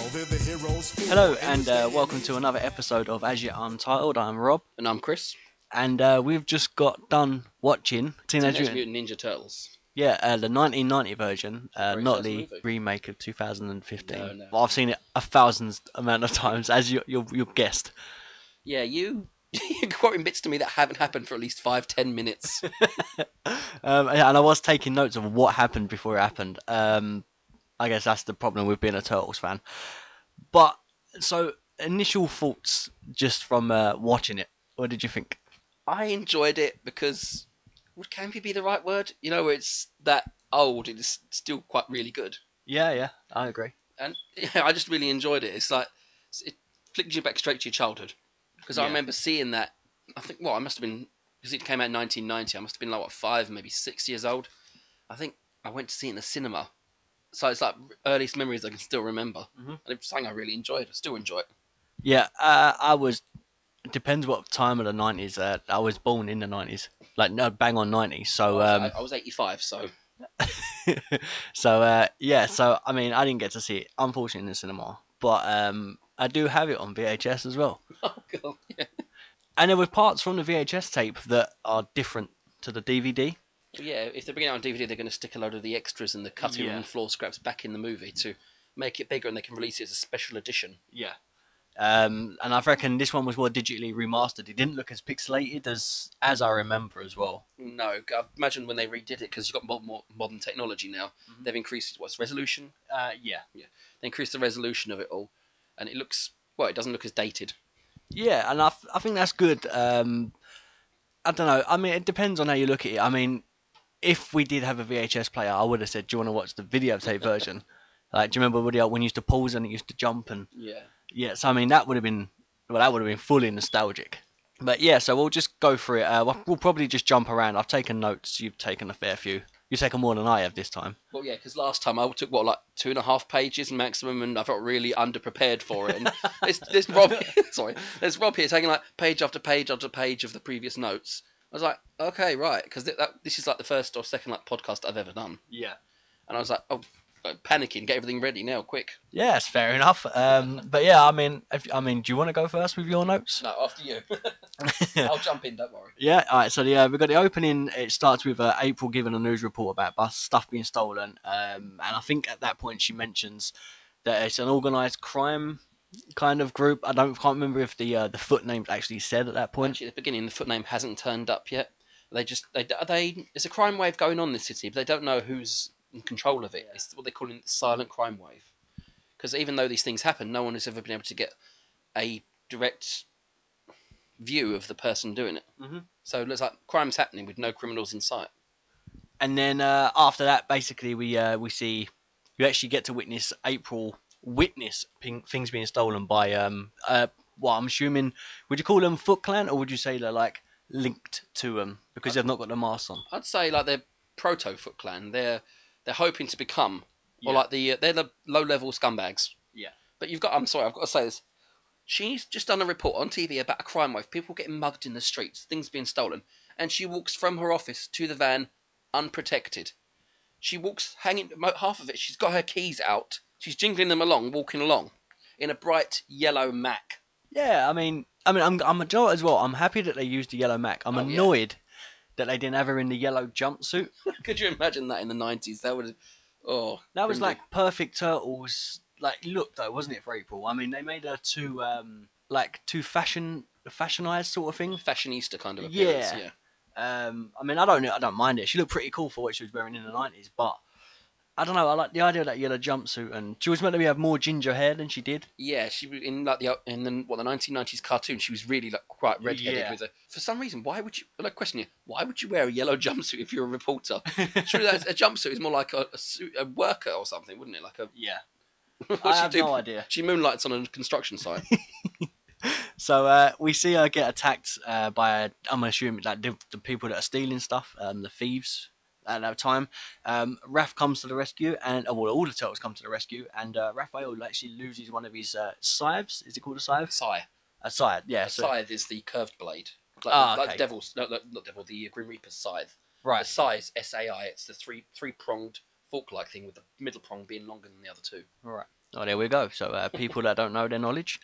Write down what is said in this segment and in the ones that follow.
Hello and uh, welcome to another episode of As Yet Untitled. I'm Rob, And I'm Chris. and uh, we've just got done watching Teenage, Teenage Mutant- Mutant Ninja Turtles. Yeah, uh, the 1990 version, uh, Very not first the movie. remake of 2015. No, no. Well, I've seen it a thousand amount of times, as you you you've guessed. Yeah, you you're quoting bits to me that haven't happened for at least five, ten minutes. Um, and I was taking notes of what happened before it happened. Um, I guess that's the problem with being a Turtles fan. But so initial thoughts just from uh, watching it. What did you think? I enjoyed it because would campy be the right word? You know, where it's that old, it is still quite really good. Yeah, yeah, I agree. And yeah, I just really enjoyed it. It's like it flicked you back straight to your childhood. Because I Yeah. remember seeing that I think well, I must have been because it came out in nineteen ninety, I must have been like what, five, maybe six years old. I think I went to see it in the cinema. So it's like earliest memories I can still remember. Mhm. And it's something I really enjoyed. I still enjoy it. Yeah, uh, I was. It depends what time of the nineties. Uh, I was born in the nineties, like no bang on ninety. So, I um, was- I, I was 85, so so uh, yeah. So I mean, I didn't get to see it, unfortunately, in the cinema. But um, I do have it on VHS as well. oh god, yeah. And there were parts from the VHS tape that are different to the DVD. But yeah, if they're bringing it out on DVD, they're going to stick a load of the extras and the cutting Yeah. and floor scraps back in the movie to make it bigger, and they can release it as a special edition. Yeah. Um, and I reckon this one was more digitally remastered. It didn't look as pixelated as as I remember as well. No, I imagine when they redid it because you've got more, more modern technology now. Mhm. They've increased what's resolution. Uh, yeah. They increased the resolution of it all, and it looks well. It doesn't look as dated. Yeah, and I, th- I think that's good. Um, I don't know. I mean, it depends on how you look at it. I mean, if we did have a VHS player, I would have said, "Do you want to watch the videotape version?" like, do you remember Woody Al- when you used to pause and it used to jump and Yeah. yeah? So I mean, that would have been well, that would have been fully nostalgic. But yeah, so we'll just go through it. Uh, we'll- we'll probably just jump around. I've taken notes. You've taken a fair few. You've taken more than I have this time. Well, yeah, because last time I took what like two and a half pages maximum, and I felt really underprepared for it. And there's, there's Rob, sorry, there's Rob here taking like page after page after page of the previous notes. I was like, okay, right, because that, this is like the first or second like podcast I've ever done, Yeah. and I was like, oh, like, panicking, get everything ready now, quick. Yeah, it's fair enough. Um, but yeah, I mean, if, I mean, do you want to go first with your notes? No, after you, I'll jump in. Don't worry. Yeah, all right. So yeah, we've got the opening. It starts with uh, April giving a news report about bus stuff being stolen, um, and I think at that point she mentions that it's an organised crime kind of group. I don't can't remember if the uh, the foot name's actually said at that point. Actually, at the beginning, the foot name hasn't turned up yet. They just they are they. It's a crime wave going on in the city, but they don't know who's in control of it. It's what they're calling the silent crime wave, because even though these things happen, no one has ever been able to get a direct view of the person doing it. Mhm. So it looks like crime's happening with no criminals in sight. And then uh, after that, basically we uh, we see you actually get to witness April witness ping- things being stolen by um uh well I'm assuming would you call them Foot Clan or would you say they're like linked to them because they've not got the masks on? I'd say like they're proto Foot Clan. They're they're hoping to become or Yeah. like the uh, they're the low level scumbags. Yeah. But you've got I'm sorry I've got to say this. She's just done a report on TV about a crime wave, people getting mugged in the streets, things being stolen, and she walks from her office to the van unprotected. She walks hanging mo- half of it. She's got her keys out. She's jingling them along, walking along, in a bright yellow Mac. Yeah, I mean, I mean, I'm I'm a Joe as well. I'm happy that they used the yellow Mac. I'm Oh, yeah. annoyed that they didn't have her in the yellow jumpsuit. Could you imagine that in the nineties? That would, oh, That was cringy. like perfect turtles like look though, wasn't it for April? I mean, they made her too um like too fashion fashionized sort of thing. fashionista kind of appearance. Yeah. yeah. Um, I mean, I don't know, I don't mind it. She looked pretty cool for what she was wearing in the nineties, but. I don't know. I like the idea of that yellow jumpsuit, and she was meant to be have more ginger hair than she did. Yeah, she was in like the in the what the nineteen nineties cartoon. She was really like quite redheaded Yeah. with her. For some reason, why would you? well, I question you. Why would you wear a yellow jumpsuit if you're a reporter? Surely that's, a jumpsuit is more like a, a suit, a worker or something, wouldn't it? Like a Yeah, what's I she have do? no idea. She moonlights on a construction site. So uh, we see her get attacked uh, by, I'm assuming, like the, the people that are stealing stuff, um, the thieves at that time. Um, Raph comes to the rescue, and oh, well, all the turtles come to the rescue, and uh, Raphael actually loses one of his uh, scythes. Is it called a scythe? Scythe. A scythe, yeah. A so- scythe is the curved blade. Like, Ah, like okay. devil's no, no, not devil, the Grim Reaper's uh, scythe. The right. scythe, S A I. It's the three three pronged fork-like thing with the middle prong being longer than the other two. Right. Oh, there we go. So uh, people that don't know their knowledge,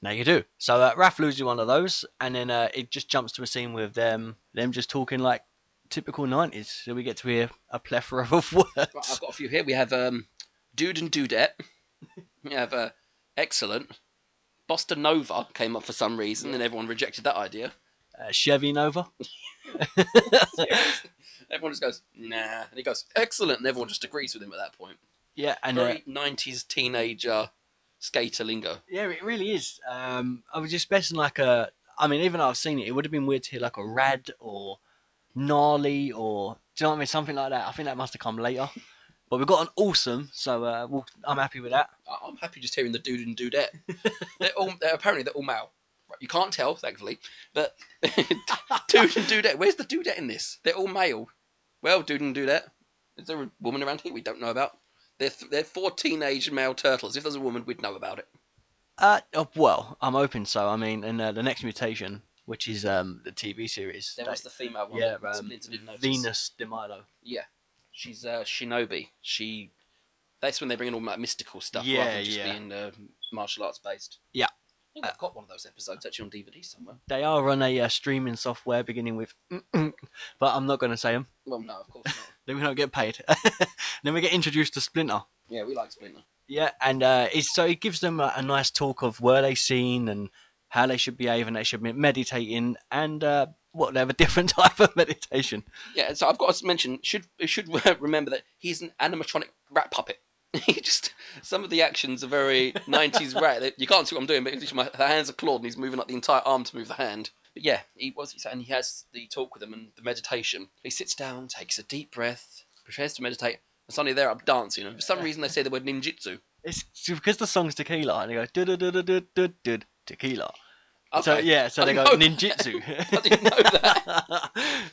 now you do. So uh, Raph loses one of those, and then uh, it just jumps to a scene with them them just talking like typical nineties. So we get to hear a plethora of words. Right, I've got a few here. We have um, Dude and Dudette. we have uh, Excellent. Boston Nova came up for some reason, and everyone rejected that idea. Uh, Chevy Nova. everyone just goes, nah. And he goes, Excellent. And everyone just agrees with him at that point. yeah, and uh, Very 90s teenager skater lingo. yeah, it really is. Um, I was expecting like a. I mean, even though I've seen it, it would have been weird to hear like a rad or gnarly or do you know what I mean? Something like that. I think that must have come later. But we've got an awesome, so uh, we'll, I'm happy with that. I- I'm happy just hearing the dude and dudette. they're all they're, apparently they're all male. Right, You can't tell, thankfully, but dude and dudette. Where's the dudette in this? They're all male. Well, dude and dudette. Is there a woman around here we don't know about? They're th- they're four teenage male turtles. If there's a woman, we'd know about it. Uh, oh, well, I'm open. So I mean, and uh, the next mutation, which is um the TV series, There that- was the female one. yeah, that um, Splinter didn't notice. Venus de Milo. Yeah, she's uh, Shinobi. She. That's when they bring in all that mystical stuff rather Yeah, than just yeah. being uh, martial arts based. Yeah. I think I've got one of those episodes actually on DVD somewhere. They are on a uh, streaming software beginning with, but I'm not going to say them. Well, no, of course not. Then we don't get paid. then we get introduced to Splinter. yeah, we like Splinter. Yeah, and uh, it's, so it gives them a, a nice talk of where they seen and how they should behave and they should be meditating and uh, what they have a different type of meditation. Yeah, so I've got to mention should should remember that he's an animatronic rat puppet. He just some of the actions are very '90s rat. that- You can't see what I'm doing, but it's my the hands are clawed, and he's moving like the entire arm to move the hand. But yeah, he was, and he has the talk with them and the meditation. He sits down, takes a deep breath, prepares to meditate, and suddenly they're up dancing. And for some reason, they say the word ninjutsu. It's because the song's tequila and they go do do do do do do tequila. So Okay. yeah, so I they go didn't know ninjutsu. that. I didn't know that.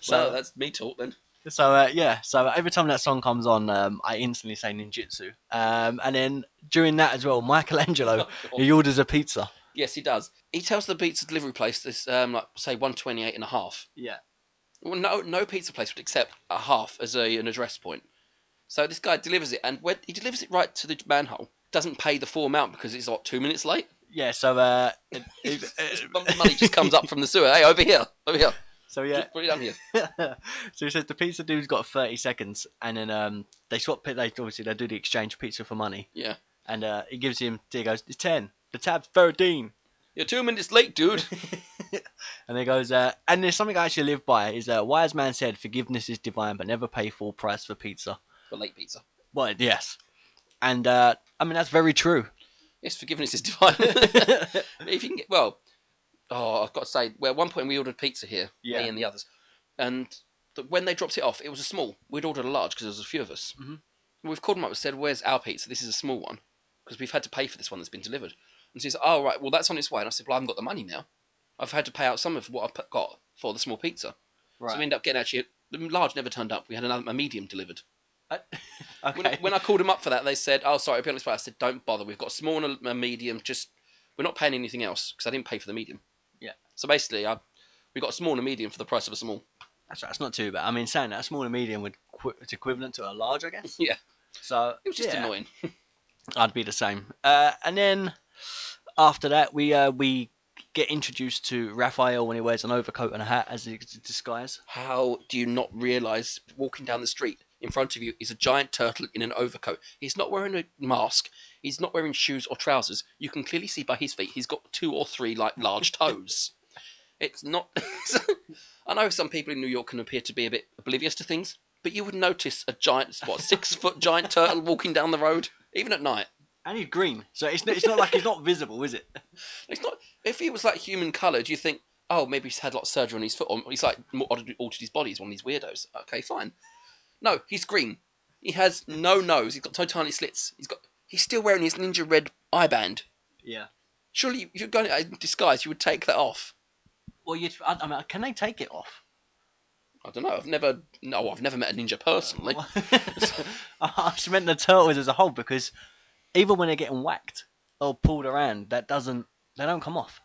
so well, that's me talk then. so uh, yeah, so every time that song comes on, um, I instantly say ninjutsu. Um, and then during that as well, Michelangelo Oh, he orders a pizza. Yes, he does. He tells the pizza delivery place this, um, like say 128 and a half. Yeah. Well, no, no pizza place would accept a half as a, an address point. So this guy delivers it, and when he delivers it right to the manhole, doesn't pay the full amount because it's what two minutes late. Yeah. So uh, it- it- The money just comes up from the sewer. Hey, over here, over here. so yeah. Just put it down here. so he says the pizza dude's got 30 seconds, and then um, they swap. pi- They obviously they do the exchange pizza for money, Yeah, and uh, he gives him. He goes, "It's 10. The tab's 13." you're two minutes late, dude. And he goes, uh, and there's something I actually live by is a uh, wise man said, "Forgiveness is divine, but never pay full price for pizza." For late pizza. Well, yes, and uh, I mean that's very true. Yes, forgiveness is divine. if you can get well, oh, I've got to say, well, at one point we ordered pizza here, Yeah. me and the others, and the, when they dropped it off, it was a small. We'd ordered a large because there was a few of us. Mhm. We've called them up and said, "Where's our pizza? This is a small one because we've had to pay for this one that's been delivered." And she says, "Oh right, well that's on its way." And I said, "Well, I haven't got the money now. I've had to pay out some of what I've put- got for the small pizza." So we ended up getting actually the large never turned up. We had another a medium delivered. When, okay. when I called them up for that, they said, "Oh, sorry, it'll be on its way." I said, "Don't bother. We've got a small and a medium. Just we're not paying anything else because I didn't pay for the medium." Yeah. So basically, I we got a small and a medium for the price of a small. that's, that's not too bad. I mean, saying that a small and medium would qu- it's equivalent to a large, I guess. Yeah. So It was just yeah. annoying. I'd be the same. Uh, and then after that, we uh, we get introduced to Raphael when he wears an overcoat and a hat as a disguise. How do you not realize walking down the street in front of you is a giant turtle in an overcoat? He's not wearing a mask. He's not wearing shoes or trousers. You can clearly see by his feet he's got two or three like large toes. It's not. I know some people in New York can appear to be a bit oblivious to things, but you would notice a giant, what six foot giant turtle walking down the road, even at night. And he's green, so it's not, it's not like he's not visible, is it? It's not. If he was like human coloured, you think, oh, maybe he's had a lot of surgery on his foot, or he's like mo- altered altered his body. He's one of these weirdos. Okay, fine. No, he's green. He has no nose. He's got so tiny slits. He's got. He's still wearing his ninja red eye band. Yeah. Surely, if you're going out in disguise, you would take that off. Well, you, I, I mean, can they take it off? I don't know. I've never. No, I've never met a ninja personally. I just meant the turtles as a whole because even when they're getting whacked or pulled around, that doesn't they don't come off.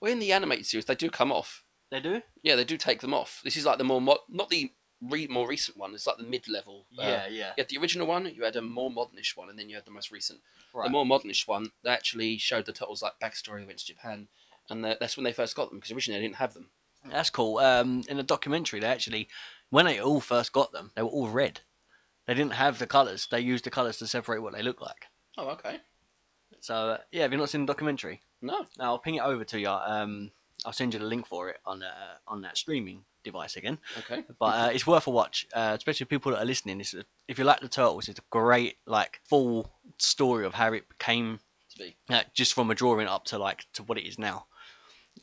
Well, in the animated series, they do come off. They do. Yeah, they do take them off. This is like the more mo- not the re- more recent one is like the uh, mid level. yeah, yeah. You had the original one, you had a more modernish one, and then you had the most recent. Right. The more modernish one, they actually showed the turtles like backstory they went to Japan, and that- that's when they first got them because originally they didn't have them. That's cool. Um, in the documentary, they actually, when they all first got them, they were all red. They didn't have the colours. They used the colours to separate what they look like. Oh, okay. So uh, yeah, have you not seen the documentary? No. Now I'll ping it over to you. Um, I'll send you the link for it on uh, on that streaming device again. Okay. But uh, it's worth a watch, uh, especially people that are listening. It's, if you like the turtles, it's a great like full story of how it became To be. uh, just from a drawing up to like to what it is now.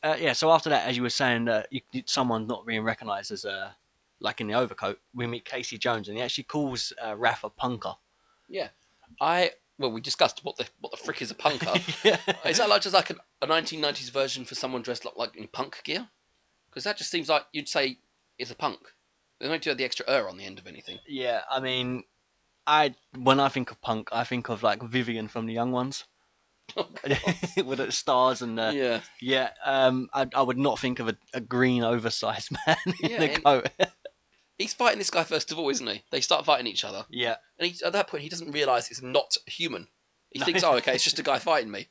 Uh, yeah. So after that, as you were saying, uh, you, you- someone not being recognised as uh, like in the overcoat, we meet Casey Jones, and he actually calls uh, Raph a punker. I well, we discussed what the what the frick is a punker. yeah. is that like just like an, a 1990s version for someone dressed like, like in punk gear? Because that just seems like you'd say it's a punk. They don't do the extra er on the end of anything. Yeah. I mean, I when I think of punk, I think of like Vivian from The Young Ones. with the stars and uh, yeah, Oh, yeah. um, I, I would not think of a, a green oversized man in Yeah, the and- coat. He's fighting this guy first of all, isn't he? They start fighting each other. yeah, And he, at that point, he doesn't realise it's not human. He No. thinks, oh, okay, it's just a guy fighting me.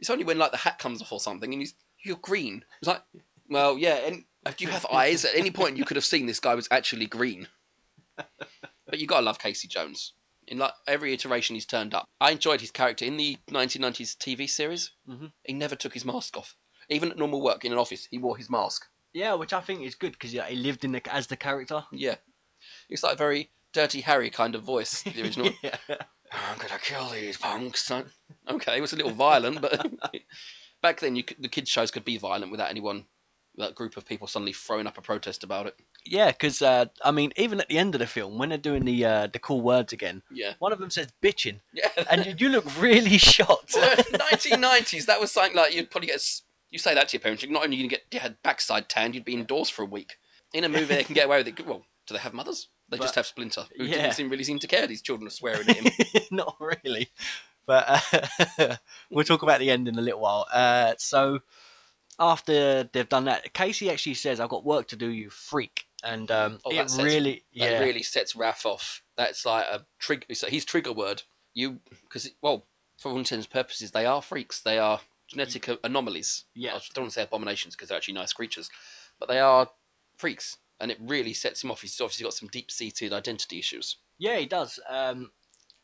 It's only when, like, the hat comes off or something and he's, you're green. It's like, well, yeah, and if you have eyes, at any point you could have seen this guy was actually green. But you got to love Casey Jones. In, like, every iteration he's turned up. I enjoyed his character. In the 1990s TV series, Mhm. he never took his mask off. Even at normal work in an office, he wore his mask. yeah, which I think is good because yeah, he lived in the as the character. Yeah. It's like a very Dirty Harry kind of voice, the original. yeah. I'm gonna kill these punks. son. Okay, it was a little violent, but back then you could, the kids shows could be violent without anyone, that group of people suddenly throwing up a protest about it. Yeah, because uh, I mean, even at the end of the film, when they're doing the uh, the cool words again, Yeah, one of them says "bitching," yeah. and you, you look really shocked. Nineteen nineties. That was something like you'd probably get. s- You say that to your parents, you're not only gonna get your backside tanned, you'd be indoors for a week. In a movie, they can get away with it. Well, do they have mothers? They just But- have Splinter, who yeah. didn't seem, really seem to care. These children are swearing at him. not really, but uh, we'll talk about the end in a little while. Uh, so after they've done that, Casey actually says, "I've got work to do, you freak," and um, Oh, that it says- really, that yeah, really sets Raph off. That's like a trigger. So his trigger word. You because well, for all intents and purposes, they are freaks. They are genetic a- anomalies. Yeah. I don't want to say abominations because they're actually nice creatures, but they are freaks, and it really sets him off. He's obviously got some deep-seated identity issues. Yeah, he does. Um,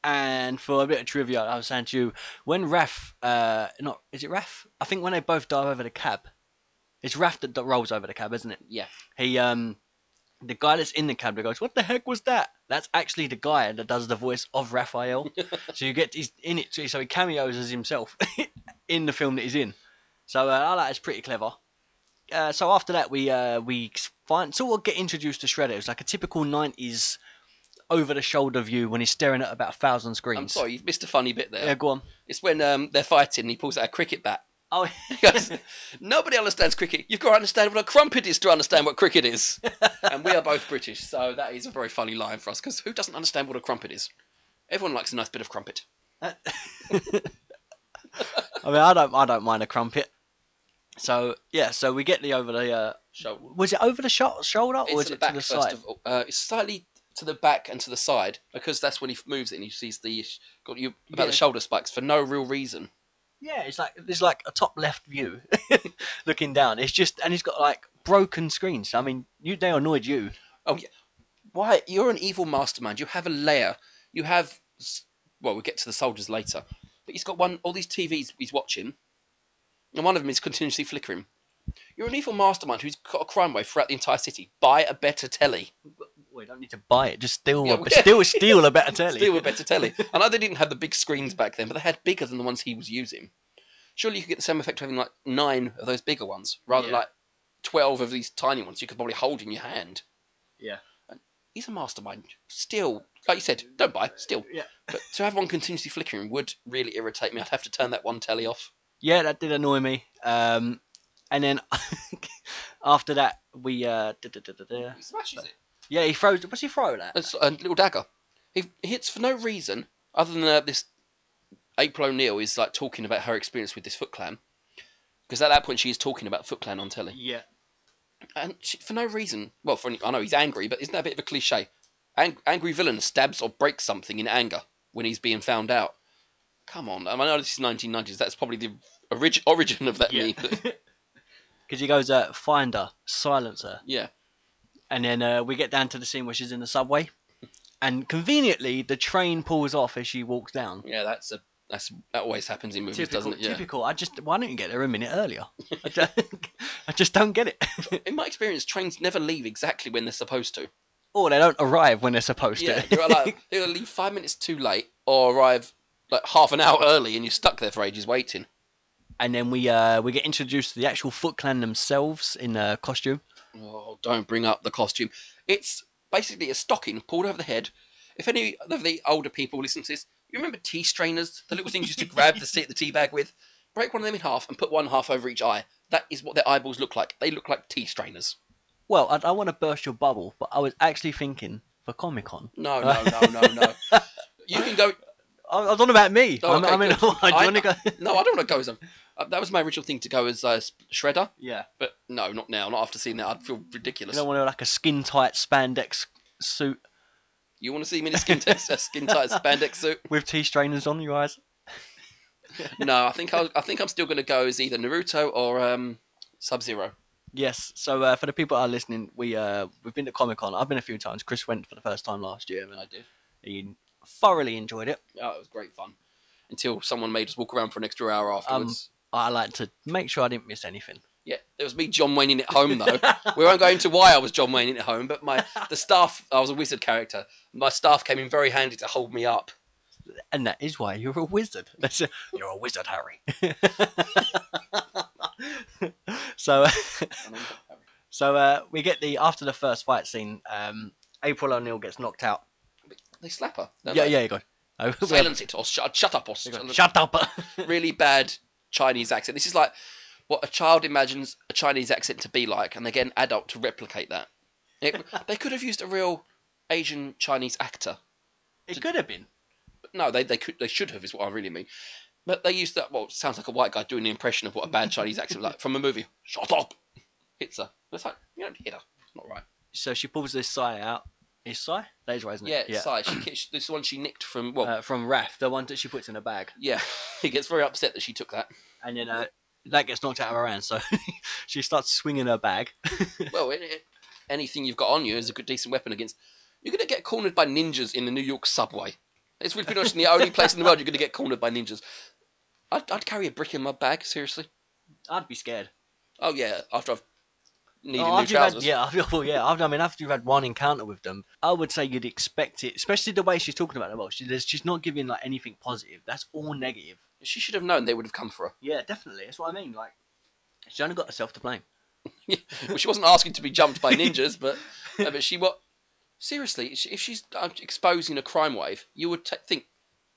and for a bit of trivia, I was saying to you, when Raf, uh, not is it Raf? I think when they both dive over the cab, it's Raf that, that rolls over the cab, isn't it? Yeah. He, um, the guy that's in the cab that goes, "What the heck was that?" That's actually the guy that does the voice of Raphael. so you get he's in it, so he cameos as himself in the film that he's in. So uh, I like it's pretty clever. Uh, so after that, we uh, we find sort of get introduced to Shredder. It's like a typical '90s over-the-shoulder view when he's staring at about a thousand screens. I'm sorry, you missed a funny bit there. Yeah, go on. It's when um, they're fighting. and He pulls out a cricket bat. Oh, He goes, Nobody understands cricket. You've got to understand what a crumpet is to understand what cricket is. and we are both British, so that is a very funny line for us because who doesn't understand what a crumpet is? Everyone likes a nice bit of crumpet. I mean, I don't, I don't mind a crumpet. So yeah, so we get the over the. Uh, Shoulder. was it over the sho- shoulder or It's was to the it back to the first side? of all. Uh, it's slightly to the back and to the side because that's when he moves it and he sees the got you about Yeah. the shoulder spikes for no real reason. Yeah, it's like there's like a top left view, looking down. It's just and he's got like broken screens. I mean, you they annoyed you. Why? You're an evil mastermind. You have a layer. You have. s- Well, we'll get to the soldiers later. But he's got one. All these TVs he's watching, and one of them is continuously flickering. You're an evil mastermind who's got a crime wave throughout the entire city. Buy a better telly. We don't need to buy it. Just steal, Yeah, a, we- steal, steal a better telly. Still a better telly. I know they didn't have the big screens back then, but they had bigger than the ones he was using. Surely you could get the same effect having like nine of those bigger ones rather Yeah. than like twelve of these tiny ones you could probably hold in your hand. Yeah. And He's a mastermind. Still, like you said, don't buy. Still, Yeah. But to have one continuously flickering would really irritate me. I'd have to turn that one telly off. yeah, that did annoy me. Um, and then after that, we uh, da, da, da, da, da. He smashes it. yeah, he throws. What's he throwing at? It's a little dagger. He hits for no reason other than uh, this. April O'Neil is like talking about her experience with this Foot Clan, because at that point she is talking about Foot Clan on telly. Yeah, and she, for no reason. Well, for any, I know he's angry, but isn't that a bit of a cliche? Ang- angry villain stabs or breaks something in anger when he's being found out. Come on, I, mean, I know this is 1990s. That's probably the origin origin of that meme. but- Because he goes, uh, find her, silence her. yeah, And then uh, we get down to the scene where she's in the subway. And conveniently, the train pulls off as she walks down. yeah, that's a that's that always happens in movies, Typical. doesn't it? Yeah. Typical. I just why don't you get there a minute earlier? I just, I just don't get it. In my experience, trains never leave exactly when they're supposed to. or they don't arrive when they're supposed Yeah, to. you're like they'll leave five minutes too late or arrive like half an hour early, and you're stuck there for ages waiting. and then we uh, we get introduced to the actual Foot Clan themselves in uh, costume. Oh, don't bring up the costume. It's basically a stocking pulled over the head. If any of the older people listen to this, you remember tea strainers, the little things you used to grab the, tea- the tea bag with? Break one of them in half and put one half over each eye. That is what their eyeballs look like. They look like tea strainers. Well, I, I want to burst your bubble, but I was actually thinking for Comic Con. No, no, no, no, no. You can go. I, I was on about me. Oh, I'm- okay, I mean, good. do you I- want to go? No, I don't want to go as a. uh, That was my original thing to go as uh, Shredder, Yeah. but no, not now. Not after seeing that, I'd feel You ridiculous. don't want to like a skin tight spandex suit You want to see me in a skin, tex- a skin tight spandex suit? with tea strainers on your eyes. No, I think I'll, I think I'm still going to go as either Naruto or um, Sub Zero. Yes. So uh, for the people that are listening, we uh, we've been to Comic Con. I've been a few times. Chris went for the first time last year, and I, did. he thoroughly enjoyed it. Oh, it was great fun. Until someone made us walk around for an extra hour Um, afterwards. I like to make sure I didn't miss anything. yeah, it was me, John Wayne, in at home though. we won't go into why I was John Wayne in at home, but my the staff. I was a wizard character. My staff came in very handy to hold me up. And that is why you're a wizard. That's a, you're a wizard, Harry. so, so uh, we get the after the first fight scene. Um, April O'Neil gets knocked out. They slap her. don't yeah, they? yeah, you go. Oh, we- Silence it or shut, shut up or we shut go, up. Shut up. really bad Chinese accent. This is like what a child imagines a Chinese accent to be like, and they get an adult to replicate that. It, they could have used a real Asian Chinese actor. it could have been. But no, they, they could they should have is what I really mean. But they used that. Well, it sounds like a white guy doing the impression of what a bad Chinese accent was like from a movie. Shut up, hits her. It's like you don't hit her. It's not right. So she pulls this sigh out. Is sigh? That is right, isn't Yeah, it? yeah. Sai, she, ki- this is the one she nicked from. Well, Uh, from Raph, the one that she puts in a bag, yeah, he gets very upset that she took that. and then uh, that gets knocked out of her hand. So she starts swinging her bag. well, it, it, anything you've got on you is a good, decent weapon against. You're going to get cornered by ninjas in the New York subway. It's really pretty much the only place in the world you're going to get cornered by ninjas. I'd, I'd carry a brick in my bag, seriously. I'd be scared. Oh, yeah, after I've needed Oh, new after you've had, trousers. yeah, after, well, yeah. After, I mean, after you've had one encounter with them, I would say you'd expect it, especially the way she's talking about them. Well, she, there's- she's not giving like anything positive. That's all negative. She should have known they would have come for her. Yeah, definitely. That's what I mean. Like, she only got herself to blame. well, she wasn't asking to be jumped by ninjas, but uh, but she what? Seriously, she- if she's uh, exposing a crime wave, you would t- think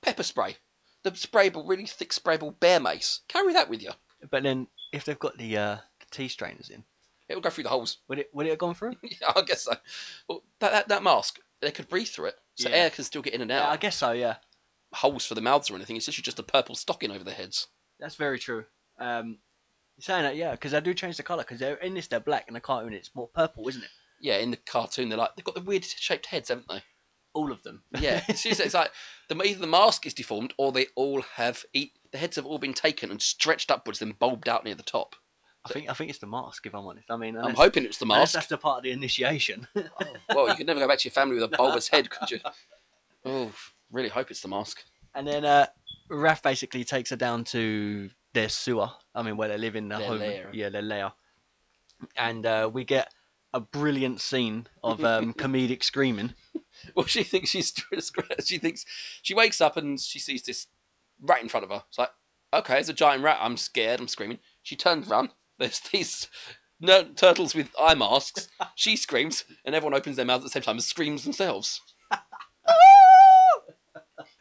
pepper spray, the spray ball, really thick spray ball, bear mace. Carry that with you. But then, if they've got the uh, the tea strainers in, It will go through the holes. would it would it have gone through? Yeah, I guess so. Well, that, that, that mask, they could breathe through it, so Yeah. air can still get in and out. Yeah, I guess so. Yeah, Holes for the mouths or anything. It's literally just a purple stocking over their heads. that's very true. Um, you're saying that, yeah, because they do change the color. Because they're in this, they're black, and the cartoon it's more purple, isn't it? Yeah, in the cartoon, they're like they've got the weird shaped heads, haven't they? All of them. Yeah, it's, just- it's like the, either the mask is deformed or they all have eat. The heads have all been taken and stretched upwards, then bulbed out near the top. I think I think it's the mask. If I'm honest, I mean, I'm unless- hoping it's the unless mask. that's the part of the initiation. well, you could never go back to your family with a bulbous head, could you? Oh, really hope it's the mask. And then uh, Raph basically takes her down to their sewer. I mean, where they live in the Their home. lair. Yeah, their lair. And uh, we get a brilliant scene of um, comedic screaming. Well, she thinks she's she thinks she wakes up and she sees this rat in front of her. It's like, okay, it's a giant rat. I'm scared. I'm screaming. She turns round. There's these ner- turtles with eye masks. She screams, and everyone opens their mouths at the same time and screams themselves.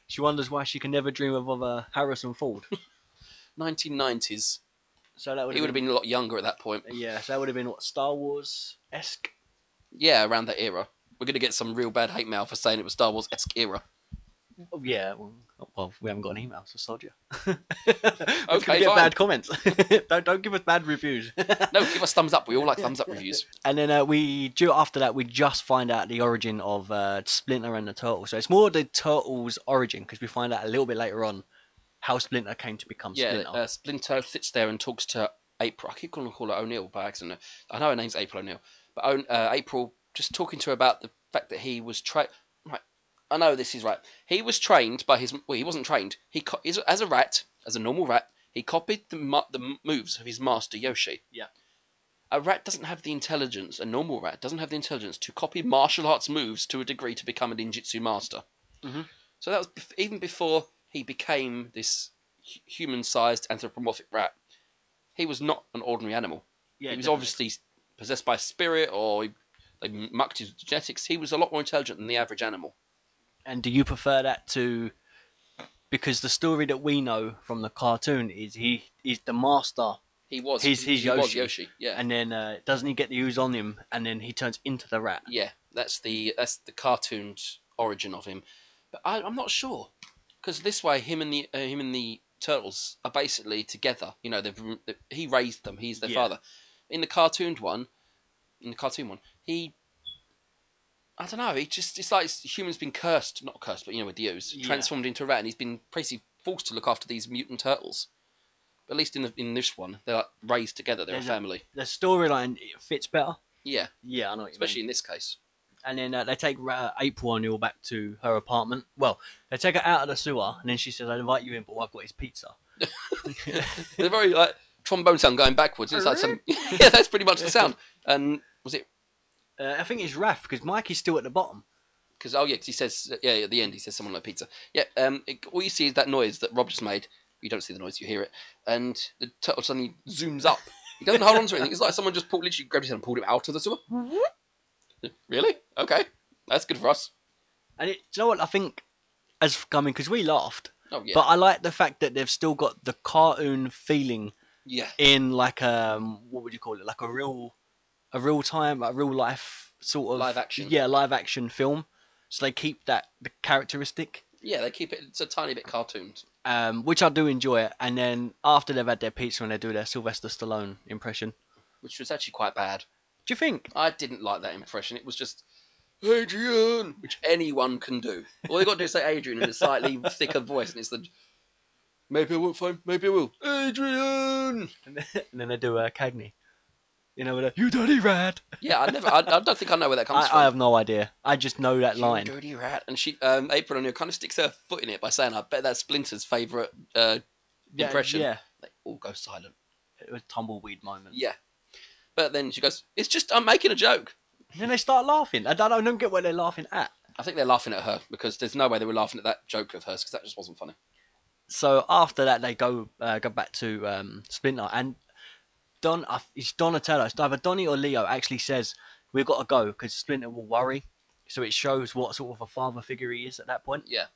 She wonders why she can never dream of, of uh, Harrison Ford. 1990s. So that would He would have been a lot younger at that point. yeah. So that would have been what Star Wars esque. Yeah, around that era. We're gonna get some real bad hate mail for saying it was Star Wars esque era. Oh, yeah, well, well, we haven't got an email, so soldier. Okay, get fine. bad comments. don't don't give us bad reviews. No, give us thumbs up. We all like thumbs up reviews. And then uh, we do after that we just find out the origin of uh, Splinter and the turtle. So it's more the turtle's origin because we find out a little bit later on how Splinter came to become Yeah, Splinter. uh, Splinter sits there and talks to April. I keep calling her O'Neill by accident. I know her name's April O'Neill, but O- uh, April just talking to her about the fact that he was trained. Right, I know this is right. He was trained by his. Well, he wasn't trained. He co- is- as a rat, as a normal rat, he copied the mu- the m- moves of his master Yoshi. Yeah. A rat doesn't have the intelligence. A normal rat doesn't have the intelligence to copy martial arts moves to a degree to become a ninjutsu master. Mhm. So that was bef- even before he became this hu- human-sized anthropomorphic rat. He was not an ordinary animal. yeah, he was definitely. obviously possessed by a spirit, or he, they mucked his genetics. He was a lot more intelligent than the average animal. And do you prefer that to? Because the story that we know from the cartoon is he is the master, He was. He's- he's he was Yoshi. Yoshi. Yeah. and then uh, doesn't he get the ooze on him, and then he turns into the rat. yeah, that's the that's the cartoon's origin of him. But I, I'm not sure because this way, him and the uh, him and the turtles are basically together. You know, they've, they he raised them. He's their Yeah. father. In the cartooned one, in the cartoon one, he. I don't know. He just it's like s- humans been cursed, not cursed, but you know, with the ooze, Yeah. transformed into a rat, and he's been basically forced to look after these mutant turtles. But at least in the, in this one, they're like raised together. They're There's a- a family. The storyline it fits better. Yeah, Yeah, I know. What you mean. especially in this case. and then uh, they take uh, April O'Neil back to her apartment. Well, they take her out of the sewer, and then she says, "I invite you in, but I've got his pizza." They're very like trombone sound going backwards. It's like some yeah, that's pretty much the sound. And was it Uh, I think it's Raph because Mikey's still at the bottom. because oh yeah, 'cause he says yeah at the end he says someone like pizza. Yeah, um, it, all you see is that noise that Rob just made. You don't see the noise, you hear it, and the turtle suddenly zooms up. He doesn't hold on to anything. It's like someone just pulled, literally grabbed his hand and pulled him out of the sewer. really? Okay, that's good for us. And it, do you know what I think? As coming because we laughed, Oh yeah, but I like the fact that they've still got the cartoon feeling yeah, in like um what would you call it? Like a real, a real time, a real life sort of Live action. Yeah, live action film. So they keep that the characteristic. yeah. They keep it. It's a tiny bit cartooned. um, which I do enjoy it. And then after they've had their pizza and they do their Sylvester Stallone impression. Which was actually quite bad. Do you think? I didn't like that impression. It was just Adrian, which anyone can do. All you got to do is say Adrian in a slightly thicker voice, and it's the maybe I won't find, maybe I will. Adrian. And then, and then they do uh, Cagney. You know, with a, you dirty rat. Yeah, I never, I, I don't think I know where that comes I, from. I have no idea. I just know that You line. dirty rat, and she, um, April O'Neil kind of sticks her foot in it by saying, "I bet that's Splinter's favourite uh, Yeah, impression." Yeah, They all go silent. it was tumbleweed moment. Yeah, but then she goes, "It's just I'm making a joke." And then they start laughing. I don't, I don't get what they're laughing at. I think they're laughing at her because there's no way they were laughing at that joke of hers because that just wasn't funny. So after that, they go uh, go back to um, Splinter and Don. I It's Donatello. It's either Donnie or Leo actually says we've got to go because Splinter will worry. So it shows what sort of a father figure he is at that point. Yeah.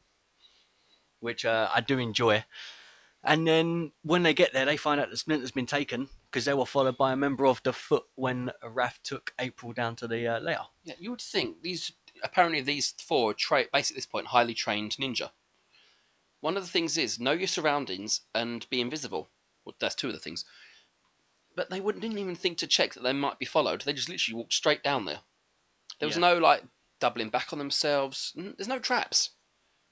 which uh, I do enjoy. And then when they get there, they find out that Splinter's been taken because they were followed by a member of the Foot when Raph took April down to the uh, lair. Yeah, you would think these apparently these four are tra- basically at this point highly trained ninja. One of the things is know your surroundings and be invisible. Well, that's two of the things. But they wouldn't didn't even think to check that they might be followed. They just literally walked straight down there. There was Yeah. no like doubling back on themselves. N- There's no traps.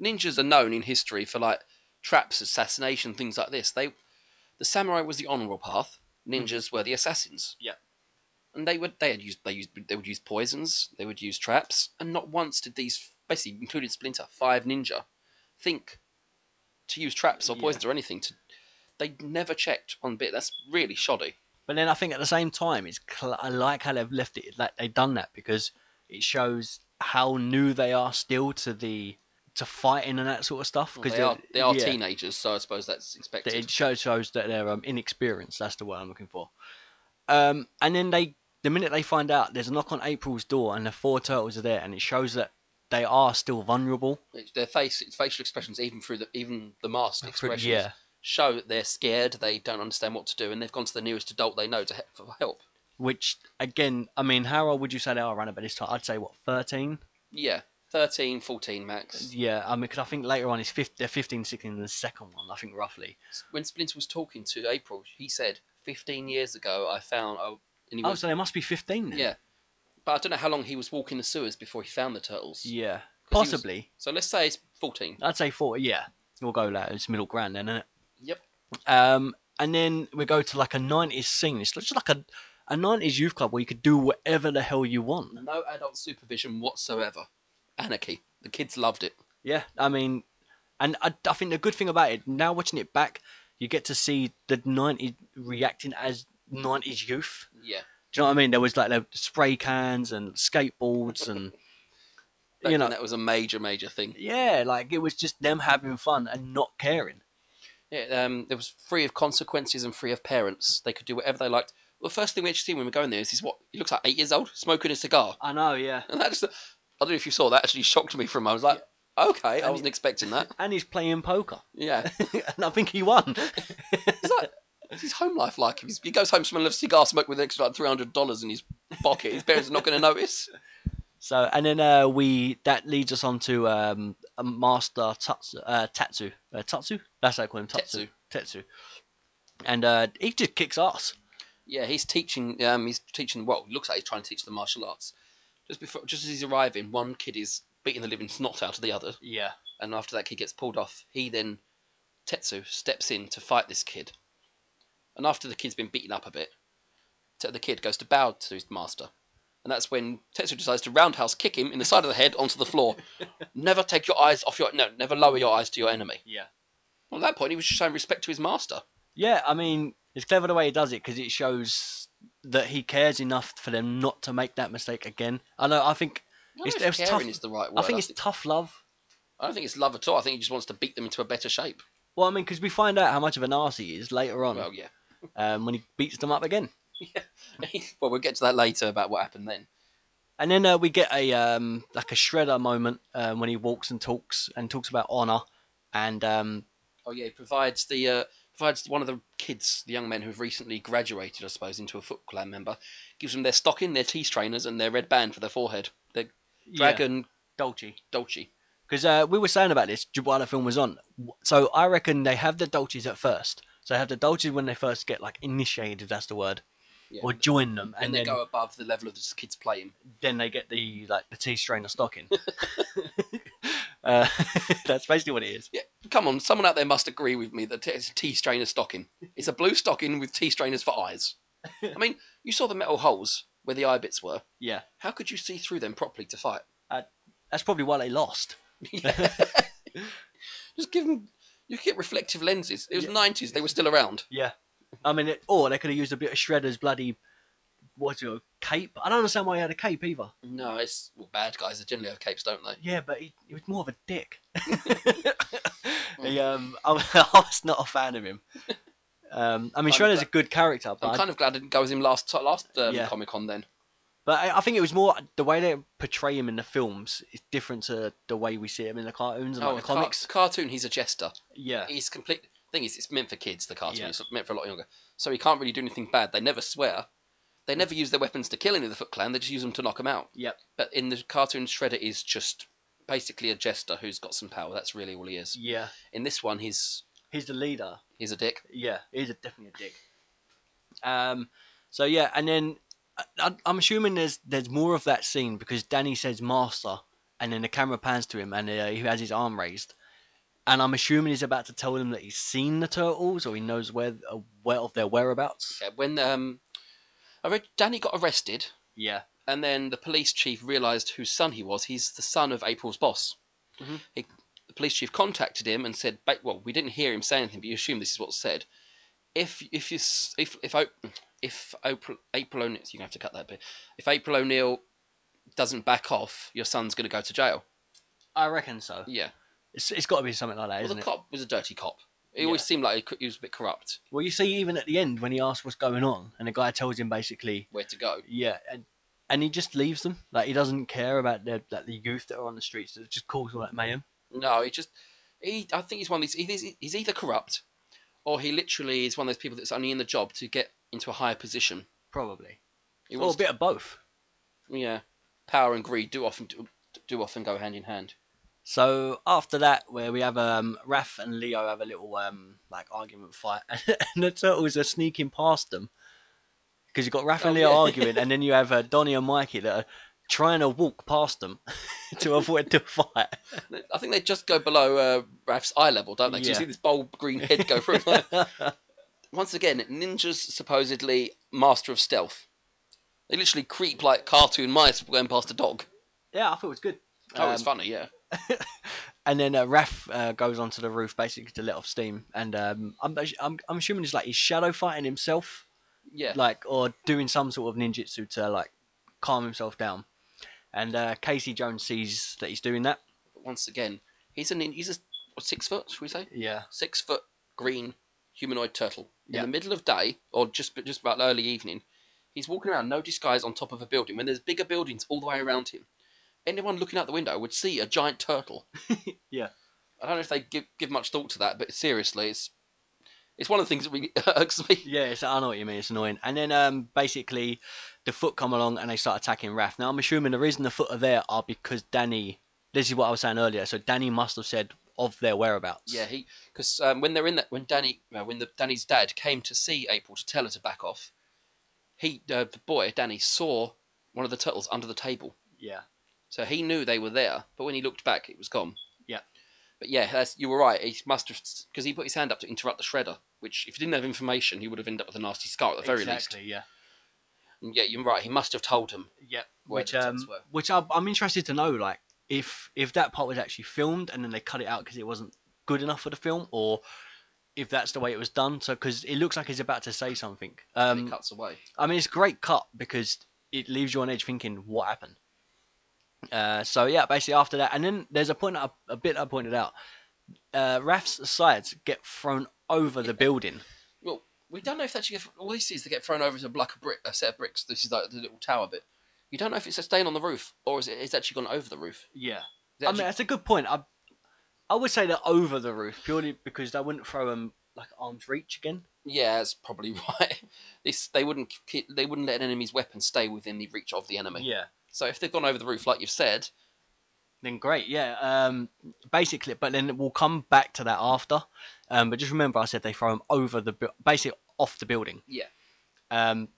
Ninjas are known in history for like traps, assassination, things like this. They, the samurai was the honorable path. Mm. Ninjas were the assassins and they would they had used they used they would use poisons, they would use traps, and not once did these basically including Splinter five ninja think to use traps or Yeah. poisons or anything. To they never checked on bit. That's really shoddy. But then I think at the same time, it's cl- I like how they've left it like they've done that because it shows how new they are still to the to fighting and that sort of stuff. Because Because they are they are yeah, teenagers, so I suppose that's expected. It shows shows that they're um, inexperienced. That's the word I'm looking for. Um, and then they, the minute they find out, there's a knock on April's door, and the four turtles are there, and it shows that they are still vulnerable. It's Their face, its facial expressions, even through the even the mask expressions, Yeah, show that they're scared. They don't understand what to do, and they've gone to the nearest adult they know to he- for help. which again, I mean, how old would you say they are around about this time? I'd say what 13, Yeah, 13, 14 max. Uh, Yeah, I mean, because I think later on it's 15, 15, 16 in the second one, I think roughly. When Splinter was talking to April, he said, 15 years ago, I found. Oh, and he Oh, was, so they must be 15 then. yeah. But I don't know how long he was walking the sewers before he found the turtles. Yeah. 'Cause he was- Possibly. So let's say it's 14. I'd say 40, yeah. We'll go like it's middle ground then, innit? Yep. Um, and then we go to like a 90s scene. It's just like a, a 90s youth club where you could do whatever the hell you want. No adult supervision whatsoever. Anarchy. The kids loved it. Yeah, I mean, and I, I think the good thing about it, now watching it back, you get to see the 90s reacting as 90s youth. Yeah. Do you know what I mean? There was like the spray cans and skateboards and, Back you then know, that was a major, major thing. yeah, like it was just them having fun and not caring. Yeah, um, there was free of consequences and free of parents. They could do whatever they liked. Well, the first thing we actually see when we go in there is he's what he looks like eight years old, smoking a cigar, I know, yeah. and that just I don't know if you saw that actually shocked me from I was like, okay, I wasn't expecting that. And he's playing poker. Yeah, and I think he won. it's like what's his home life like. He's, he goes home smelling of cigar smoke with an extra like three hundred dollars in his pocket. His parents are not going to notice. So and then uh, we that leads us on to um, a Master Tatsu, uh, Tatsu, uh, Tatsu. That's how I call him Tatsu. Tetsu. And uh, he just kicks ass. Yeah, he's teaching. Um, he's teaching. Well, looks like he's trying to teach the martial arts. Just before, just as he's arriving, one kid is beating the living snot out of the other. Yeah. and after that kid gets pulled off, he then Tetsu steps in to fight this kid. And after the kid's been beaten up a bit, Te- the kid goes to bow to his master. And that's when Tetsu decides to roundhouse kick him in the side of the head onto the floor. never take your eyes off your no, never lower your eyes to your enemy. Yeah. Well, at that point, he was showing respect to his master. Yeah. I mean, it's clever the way he does it because it shows that he cares enough for them not to make that mistake again. I know. I think I don't It's- know if it's caring tough- is the right I word. think it's tough love. I don't think it's love at all. I think he just wants to beat them into a better shape. Well, I mean, because we find out how much of an arse he is later on Well, yeah. um, when he beats them up again. well, we'll get to that later about what happened then. And then uh, we get a um, like a shredder moment um, when he walks and talks and talks about honor, and um, Oh yeah, he provides the uh, provides one of the kids, the young men who've recently graduated, I suppose, into a Foot Clan member, gives them their stocking, their tees trainers, and their red band for their forehead. Their dragon Dolce. Dolce. Because uh, we were saying about this while the film was on. So I reckon they have the Dolces at first. So they have the Dolces when they first get like initiated, if that's the word, Yeah. or join them, and and they then go above the level of the kids playing. then they get the like the T strainer stocking. uh, that's basically what it is. Yeah, come on, someone out there must agree with me that it's a tea strainer stocking. It's a blue stocking with tea strainers for eyes. I mean, you saw the metal holes where the eye bits were. Yeah, How could you see through them properly to fight? that's probably why they lost. Just give them. You could get reflective lenses. It was nineties; they were still around. Yeah, I mean, it, or they could have used a bit of Shredder's bloody what's it, cape. I don't understand why he had a cape either. No, it's well, bad guys. They generally have capes, don't they? Yeah, but he, he was more of a dick. he, um, I, was- I was not a fan of him. Um, I mean, Kind of Shredder's a like- good character, but I'm I, kind of glad I didn't go with him last last um, Yeah. Comic Con then. but I, I think it was more the way they portray him in the films is different to the way we see him in the cartoons and like, the Oh, car- comics. cartoon. He's a jester. Yeah, He's complete. Thing is, it's meant for kids. The cartoon Yeah. it's meant for a lot younger, so he can't really do anything bad. They never swear. They never use their weapons to kill any of the Foot Clan. They just use them to knock them out. yep. But in the cartoon, Shredder is just basically a jester who's got some power. That's really all he is. yeah. In this one, he's He's the leader. he's a dick. Yeah, he's a, definitely a dick. Um, so yeah, and then I, I, I'm assuming there's there's more of that scene because Danny says master, and then the camera pans to him and uh, he has his arm raised, and I'm assuming he's about to tell them that he's seen the turtles or he knows where uh, where of their whereabouts. Yeah, when um, I read Danny got arrested, Yeah, and then the police chief realized whose son he was. He's the son of April's boss. Mhm. He, the police chief contacted him and said, "Ba- "Well, we didn't hear him say anything, but you assume this is what's said. If if you s- if if O- if April April O'Neil, you have to cut that bit. If April O'Neil doesn't back off, your son's going to go to jail. I reckon so. Yeah. It's, it's got to be something like that, Well, isn't the it? cop was a dirty cop. It always Yeah. seemed like he cou- he was a bit corrupt. Well, you see, even at the end when he asks what's going on, and the guy tells him basically, Where to go? yeah, and and he just leaves them like he doesn't care about the like the youth that are on the streets that just cause all that mayhem. No, he just he. I think he's one of these. He's, he's either corrupt, or he literally is one of those people that's only in the job to get into a higher position. Probably. He Well, a wants, bit of both. yeah, power and greed do often do, do often go hand in hand. So after that, where we have um, Raph and Leo have a little um, like argument fight, and the turtles are sneaking past them because you've got Raph Oh, and Leo yeah. arguing, and then you have uh, Donnie and Mikey that are trying to walk past them to avoid the fight. I think they just go below uh, Raph's eye level, don't they? 'Cause You Yeah. see this bold green head go through. Once again, ninjas supposedly master of stealth. They literally creep like cartoon mice going past a dog. yeah, I thought it was good. Oh, it's Um, funny, yeah. And then uh, Raph uh, goes onto the roof basically to let off steam, and um, I'm, I'm I'm assuming it's like he's shadow fighting himself. Yeah. like or doing some sort of ninjutsu to like calm himself down. And uh, Casey Jones sees that he's doing that. Once again, he's a nin- he's a what, six foot, should we say? Yeah. Six foot green humanoid turtle. In Yeah. the middle of day, or just just about early evening, he's walking around no disguise on top of a building when there's bigger buildings all the way around him. Anyone looking out the window would see a giant turtle. Yeah. I don't know if they give give much thought to that, but seriously, it's it's one of the things that really irks me. Yeah, it's, I know what you mean. It's annoying. And then um, basically, the foot come along and they start attacking Raph. Now I'm assuming the reason the foot are there are because Danny. This is what I was saying earlier. So Danny must have said of their whereabouts. Yeah, he because um, when they're in that when Danny uh, when the Danny's dad came to see April to tell her to back off, he uh, the boy Danny saw one of the turtles under the table, Yeah. so he knew they were there. But when he looked back, it was gone. Yeah. But yeah, that's, you were right. He must have because he put his hand up to interrupt the shredder. Which, if he didn't have information, he would have ended up with a nasty scar at the very least. exactly. Yeah. And yeah, you're right. He must have told him. Yeah. Where Which the um, tits were. which I, I'm interested to know, like if if that part was actually filmed and then they cut it out because it wasn't good enough for the film, or if that's the way it was done. So because it looks like he's about to say something. and he Um, cuts away. I mean, it's a great cut because it leaves you on edge thinking what happened. Uh, so yeah, basically after that, and then there's a point that I- a bit I pointed out. Uh, Raf's sides get thrown over the building. Well, we don't know if they actually get all these seeds they get thrown over as a block of brick, a set of bricks. This is like the little tower bit. You don't know if it's staying on the roof or is it, it's actually gone over the roof. Yeah. Is it I mean, actually- that's a good point. I, I would say they're over the roof purely because they wouldn't throw them like arms reach again. yeah, that's probably right. this they wouldn't keep, they wouldn't let an enemy's weapon stay within the reach of the enemy. Yeah. So if they've gone over the roof, like you've said, Then great, yeah. Um, basically, but then we'll come back to that after. Um, but just remember, I said they throw him over the, bu- basically off the building. yeah, Um,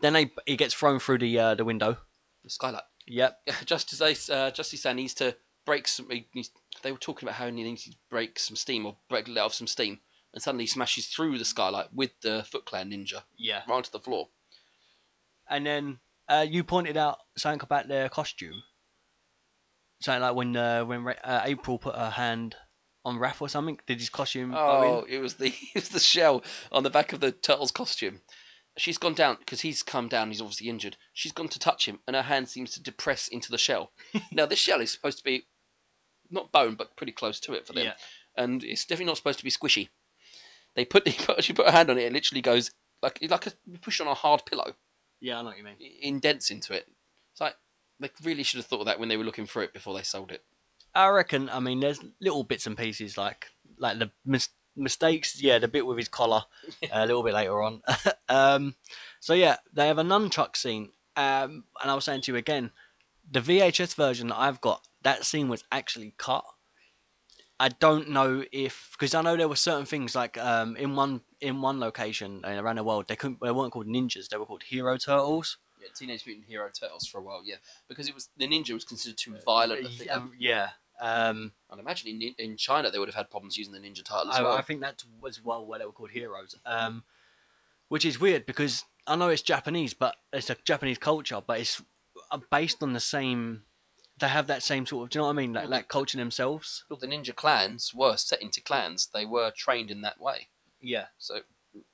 then they, he gets thrown through the uh, the window. the skylight. Yep. just as they, uh, just as they needs to break some. He needs, they were talking about how he needs to break some steam or break let off some steam, and suddenly he smashes through the skylight with the Foot Clan ninja Yeah. right onto the floor. And then uh, you pointed out something about their costume. Something like when uh, when Ra- uh, April put her hand on Raph or something. Did his costume? go in? Oh, it was the it was the shell on the back of the turtle's costume. She's gone down because he's come down. He's obviously injured. She's gone to touch him, and her hand seems to depress into the shell. now this shell is supposed to be not bone, but pretty close to it for them, Yeah. and it's definitely not supposed to be squishy. They put, they put she put her hand on it. It literally goes like like a you push on a hard pillow, Yeah, I know what you mean. it indents into it. It's like they really should have thought of that when they were looking for it before they sold it. I reckon. I mean, there's little bits and pieces like like the mis- mistakes. Yeah, the bit with his collar uh, a little bit later on. um, so yeah, they have a nunchuck scene. Um, and I was saying to you again, the VHS version that I've got, that scene was actually cut. I don't know if because I know there were certain things like um, in one in one location uh, around the world they couldn't they weren't called ninjas they were called hero turtles. Yeah, Teenage Mutant Hero Turtles for a while, yeah, because it was the ninja was considered too violent. I think. yeah. Um, I'd imagine in, in China they would have had problems using the ninja title as I, well. I think that was well where they were called heroes. Um, which is weird because I know it's Japanese, but it's a Japanese culture, but it's uh, based on the same. They have that same sort of. Do you know what I mean? Like, Well, like culture themselves. Well, the ninja clans were set into clans. They were trained in that way. Yeah, So,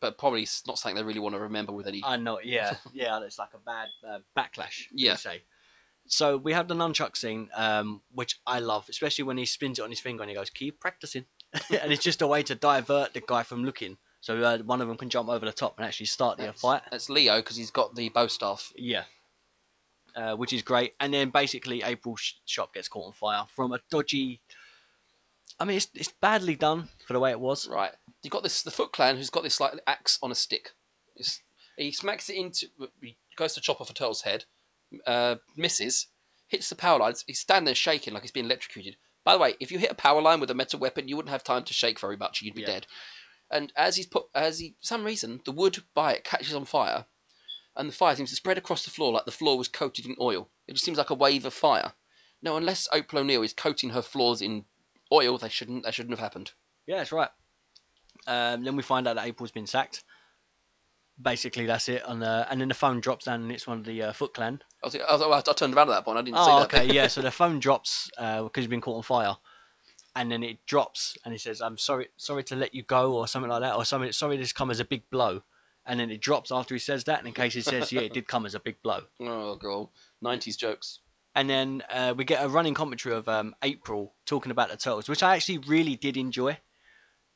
but probably it's not something they really want to remember with any. I know. Yeah, yeah. It's like a bad uh, backlash. you Yeah. Say. So we have the nunchuck scene, um, which I love, especially when he spins it on his finger and he goes, "Keep practicing," and it's just a way to divert the guy from looking, so uh, one of them can jump over the top and actually start the that's, fight. that's Leo because he's got the bow staff. Yeah. Uh, which is great. And then basically, April's sh- shop gets caught on fire from a dodgy. I mean, it's, it's badly done for the way it was. Right. You got this the Foot Clan who's got this like axe on a stick. It's, he smacks it into. He goes to chop off a turtle's head, uh, misses, hits the power lines. He's standing there shaking like he's being electrocuted. By the way, if you hit a power line with a metal weapon, you wouldn't have time to shake very much. You'd be Yeah. dead. And as he's put, as he, for some reason, the wood by it catches on fire, and the fire seems to spread across the floor like the floor was coated in oil. It just seems like a wave of fire. No, unless Opal O'Neill is coating her floors in oil, they shouldn't. They shouldn't have happened. Yeah, that's right. Um, then we find out that April's been sacked. Basically, that's it. On the, and then the phone drops down, and it's one of the uh, Foot Clan. I, was, I, was, I turned around at that point. I didn't see Oh, that. okay, bit. yeah. So the phone drops uh, because he's been caught on fire, and then it drops, and he says, "I'm sorry, sorry to let you go," or something like that, or something. Sorry, this come as a big blow, and then it drops after he says that. And in case he says, "Yeah, it did come as a big blow," Oh god, nineties jokes. and then uh, we get a running commentary of um, April talking about the turtles, which I actually really did enjoy.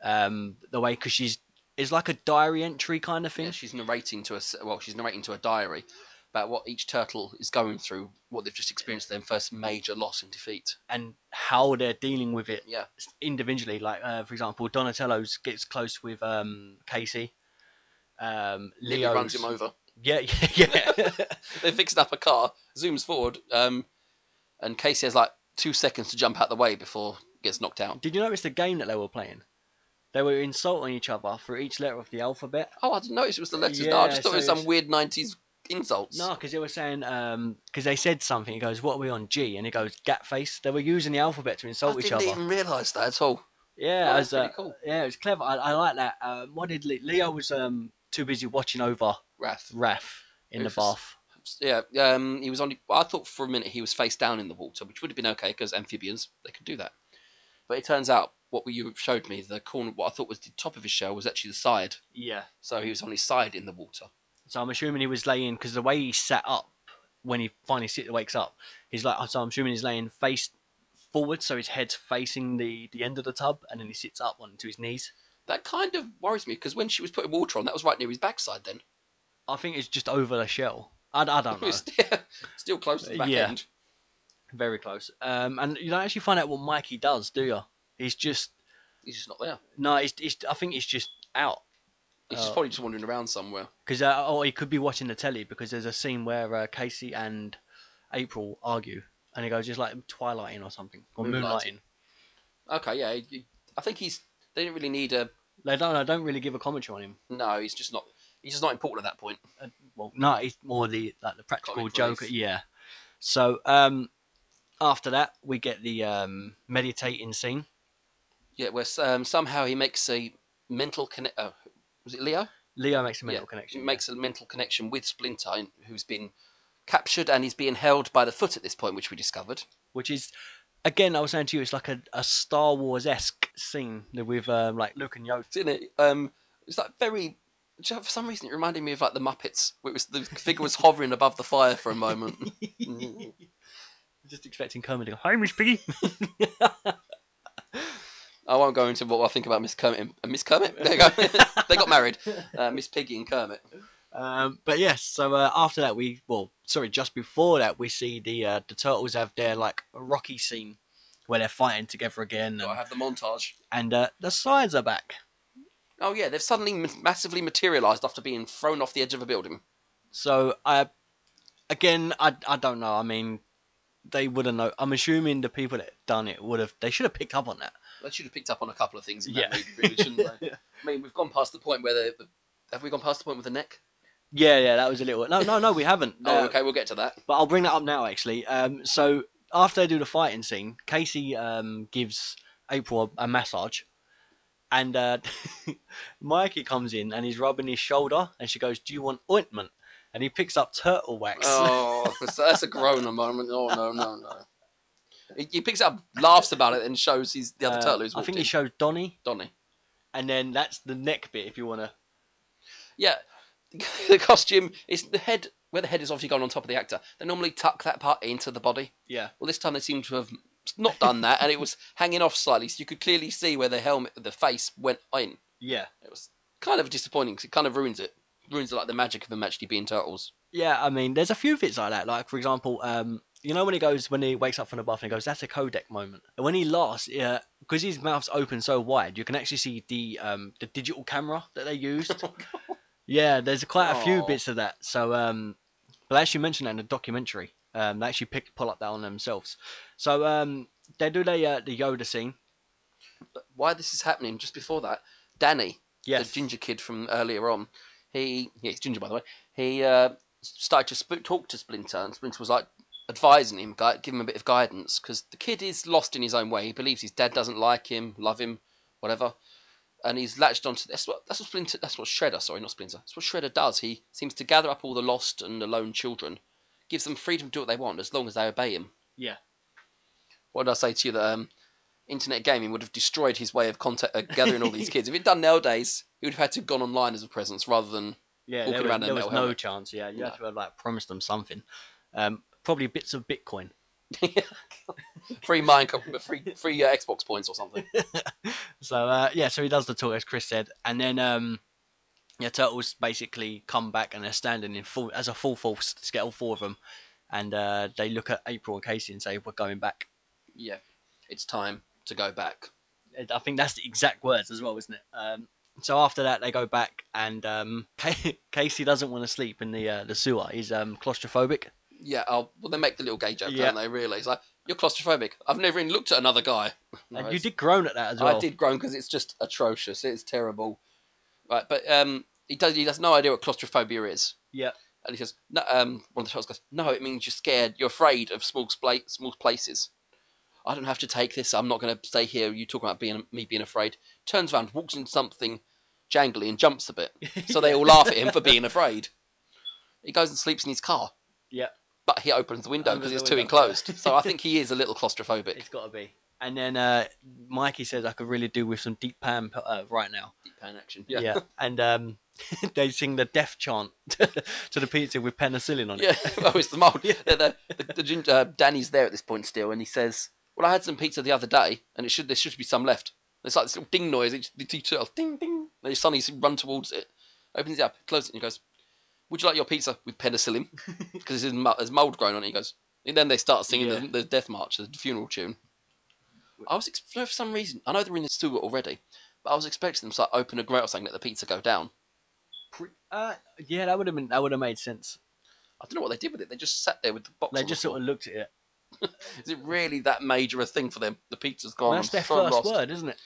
Um, the way because she's it's like a diary entry kind of thing. Yeah, she's narrating to us. Well, she's narrating to a diary about what each turtle is going through, what they've just experienced, their first major loss and defeat. and how they're dealing with it Yeah. individually. Like uh, for example, Donatello's gets close with um, Casey. Um, Lily Leo runs him over. Yeah, yeah, yeah. They're fixing up a car. Zooms forward, um, and Casey has like two seconds to jump out the way before he gets knocked out. Did you notice the game that they were playing? They were insulting each other for each letter of the alphabet. Oh, I didn't notice it was the letters. no, I Yeah, just thought so it was some it's- weird nineties insults. No, because they were saying because they said something. He goes, "What are we on G?" And he goes, "Gat face." They were using the alphabet to I insult each Oh, didn't other. even realise that at all. Yeah, Oh, as, that's pretty uh, cool. yeah, it was clever. I, I like that. Um, what did Le- Leo was um, too busy watching over Wrath. Raph in the It was- bath. Yeah, um, he was on. I thought for a minute he was face down in the water, which would have been okay because amphibians they could do that. But it turns out what you showed me, the corner, what I thought was the top of his shell, was actually the side. Yeah. So he was on his side in the water. So I'm assuming he was laying because the way he sat up when he finally sit, wakes up, he's like. So I'm assuming he's laying face forward, so his head's facing the the end of the tub, and then he sits up onto his knees. That kind of worries me because when she was putting water on, that was right near his backside. Then I think it's just over the shell. I, I don't It know. was still, still close to the back Yeah. end. Very close. Um, and you don't actually find out what Mikey does, do you? He's just He's just not there. no. He's, he's I think he's just out He's Oh. just probably just wandering around somewhere. because uh, or he could be watching the telly because there's a scene where uh, Casey and April argue, and he goes just like twilighting or something or Moonlighting. moonlighting. Okay, yeah, he- I think he's. They didn't really need a. They don't. I don't really give a commentary on him. No, he's just not. He's just not important at that point. well, no, it's more the like the practical Comic joke. relief. Yeah. So um, after that, we get the um, meditating scene. Yeah, where um, somehow he makes a mental connect. Oh, was it Leo? Leo makes a Yeah, mental connection. makes a mental connection with Splinter, in- who's been captured and he's being held by the foot at this point, which we discovered. yeah, which is again, I was saying to you, it's like a, a Star Wars esque scene that with um, like Luke and Yoda. Didn't it? Um, it's like very. do you know, For some reason, it reminded me of like the Muppets, where it was the figure was hovering above the fire for a moment. Mm. Just expecting Kermit to go, "Hi, Miss Piggy." I won't go into what I think about Miss Kermit. And, and Miss Kermit, there you go. they got married. Uh, Miss Piggy and Kermit. Um, but yes, so uh, after that, we well, sorry, just before that, we see the uh, the turtles have their like rocky scene where they're fighting together again, I and, have the montage. and uh, the sides are back. Oh yeah, they've suddenly m- massively materialised after being thrown off the edge of a building. So I, again, I I don't know. I mean, they wouldn't know. I'm assuming the people that done it would have. They should have picked up on that. They should have picked up on a couple of things. In Yeah. that movie, really, shouldn't they? I mean, we've gone past the point where the, the have we gone past the point with the neck? Yeah, yeah, that was a little. No, no, no, we haven't. Oh, No, okay, we'll get to that. But I'll bring that up now, actually. Um, so after they do the fighting scene, Casey um gives April a, a massage, and uh, Mikey comes in and he's rubbing his shoulder, and she goes, "Do you want ointment?" And he picks up turtle wax. Oh, that's- that's a groaner moment. Oh no, no, no. He, he picks it up, laughs about it, and shows he's the other Uh, turtle who's I walked think in. he showed Donnie, Donnie. and then that's the neck bit. If you want to Yeah, the costume is the head where the head is obviously gone on top of the actor. They normally tuck that part into the body. Yeah. Well, this time they seem to have not done that, and it was hanging off slightly, so you could clearly see where the helmet, the face went in. Yeah. It was kind of disappointing 'cause it kind of ruins it. Ruins like the magic of them actually being turtles. Yeah, I mean, there's a few bits like that. Like, for example, um, you know when he goes when he wakes up from the bath and he goes, "That's a codec moment." And when he laughs, yeah, because his mouth's open so wide, you can actually see the um, the digital camera that they used. yeah, there's quite a few Oh, Aw. bits of that. So, um, but as you mentioned that in the documentary, Um, they actually pick pull up that on themselves. So um, they do the uh, the Yoda scene. But why this is happening? Just before that, Danny, Yes. the ginger kid from earlier on, he yeah, he's ginger by the way. He uh, started to sp- talk to Splinter, and Splinter was like advising him, gui- give him a bit of guidance because the kid is lost in his own way. He believes his dad doesn't like him, love him, whatever, and he's latched onto that's what that's what Splinter that's what Shredder sorry not Splinter that's what Shredder does. He seems to gather up all the lost and alone children, gives them freedom to do what they want as long as they obey him. Yeah. What did I say to you that um, internet gaming would have destroyed his way of contact, uh, gathering all these kids? If it'd done nowadays, he would have had to have gone online as a presence rather than Yeah, Walking there, around was, in a there was metal no helmet. chance. Yeah, you No. had to have like promised them something. Um, probably bits of Bitcoin. free Minecraft, but free free uh, Xbox points or something. So uh, yeah, so he does the talk as Chris said, and then um, yeah, turtles basically come back and they're standing in full as a full force to get all four of them, and uh, they look at April and Casey and say, "We're going back." Yeah, it's time to go back. I think that's the exact words as well, isn't it? Um, so after that, they go back, and um, Casey doesn't want to sleep in the uh, the sewer. He's um, claustrophobic. Yeah, I'll, well they make the little gay joke, Yeah. don't they? Really, it's like you're claustrophobic. I've never even looked at another guy. No, and you it's- did groan at that as well. I did groan because it's just atrocious. It's terrible. Right, but um, he does. He has no idea what claustrophobia is. Yeah. And he says, no, um, one of the shots goes, no, it means you're scared. You're afraid of small, spla- small places. I don't have to take this. I'm not going to stay here. You talk about being me being afraid. Turns around, walks into something jangly and jumps a bit. So they all laugh at him for being afraid. He goes and sleeps in his car. Yeah. But he opens the window Under because the it's too window. enclosed. so I think he is a little claustrophobic. It's got to be. And then uh, Mikey says, "I could really do with some deep pan uh, right now." Deep pan action. And um, they sing the death chant to the pizza with penicillin on it. Yeah, oh, it's the mold. Yeah, the, the, the ginger, uh, Danny's there at this point still, and he says, "Well, I had some pizza the other day, and it should there should be some left." It's like this little ding noise. Each, the two turtles, ding ding. They suddenly run towards it, opens it up, closes it, and he goes, "Would you like your pizza with penicillin?" Because there's mo- there's mold growing on it. He goes, and then they start singing Yeah. the, the death march, the funeral tune. I was ex- for some reason I know they're in the sewer already, but I was expecting them to like, open a grate or something, let the pizza go down. Uh, yeah, that would have been that would have made sense. I don't know what they did with it. They just sat there with the box. They on the just floor. sort of looked at it. Is it really that major a thing for them? The pizza's gone. That's I'm their so first lost. word, isn't it?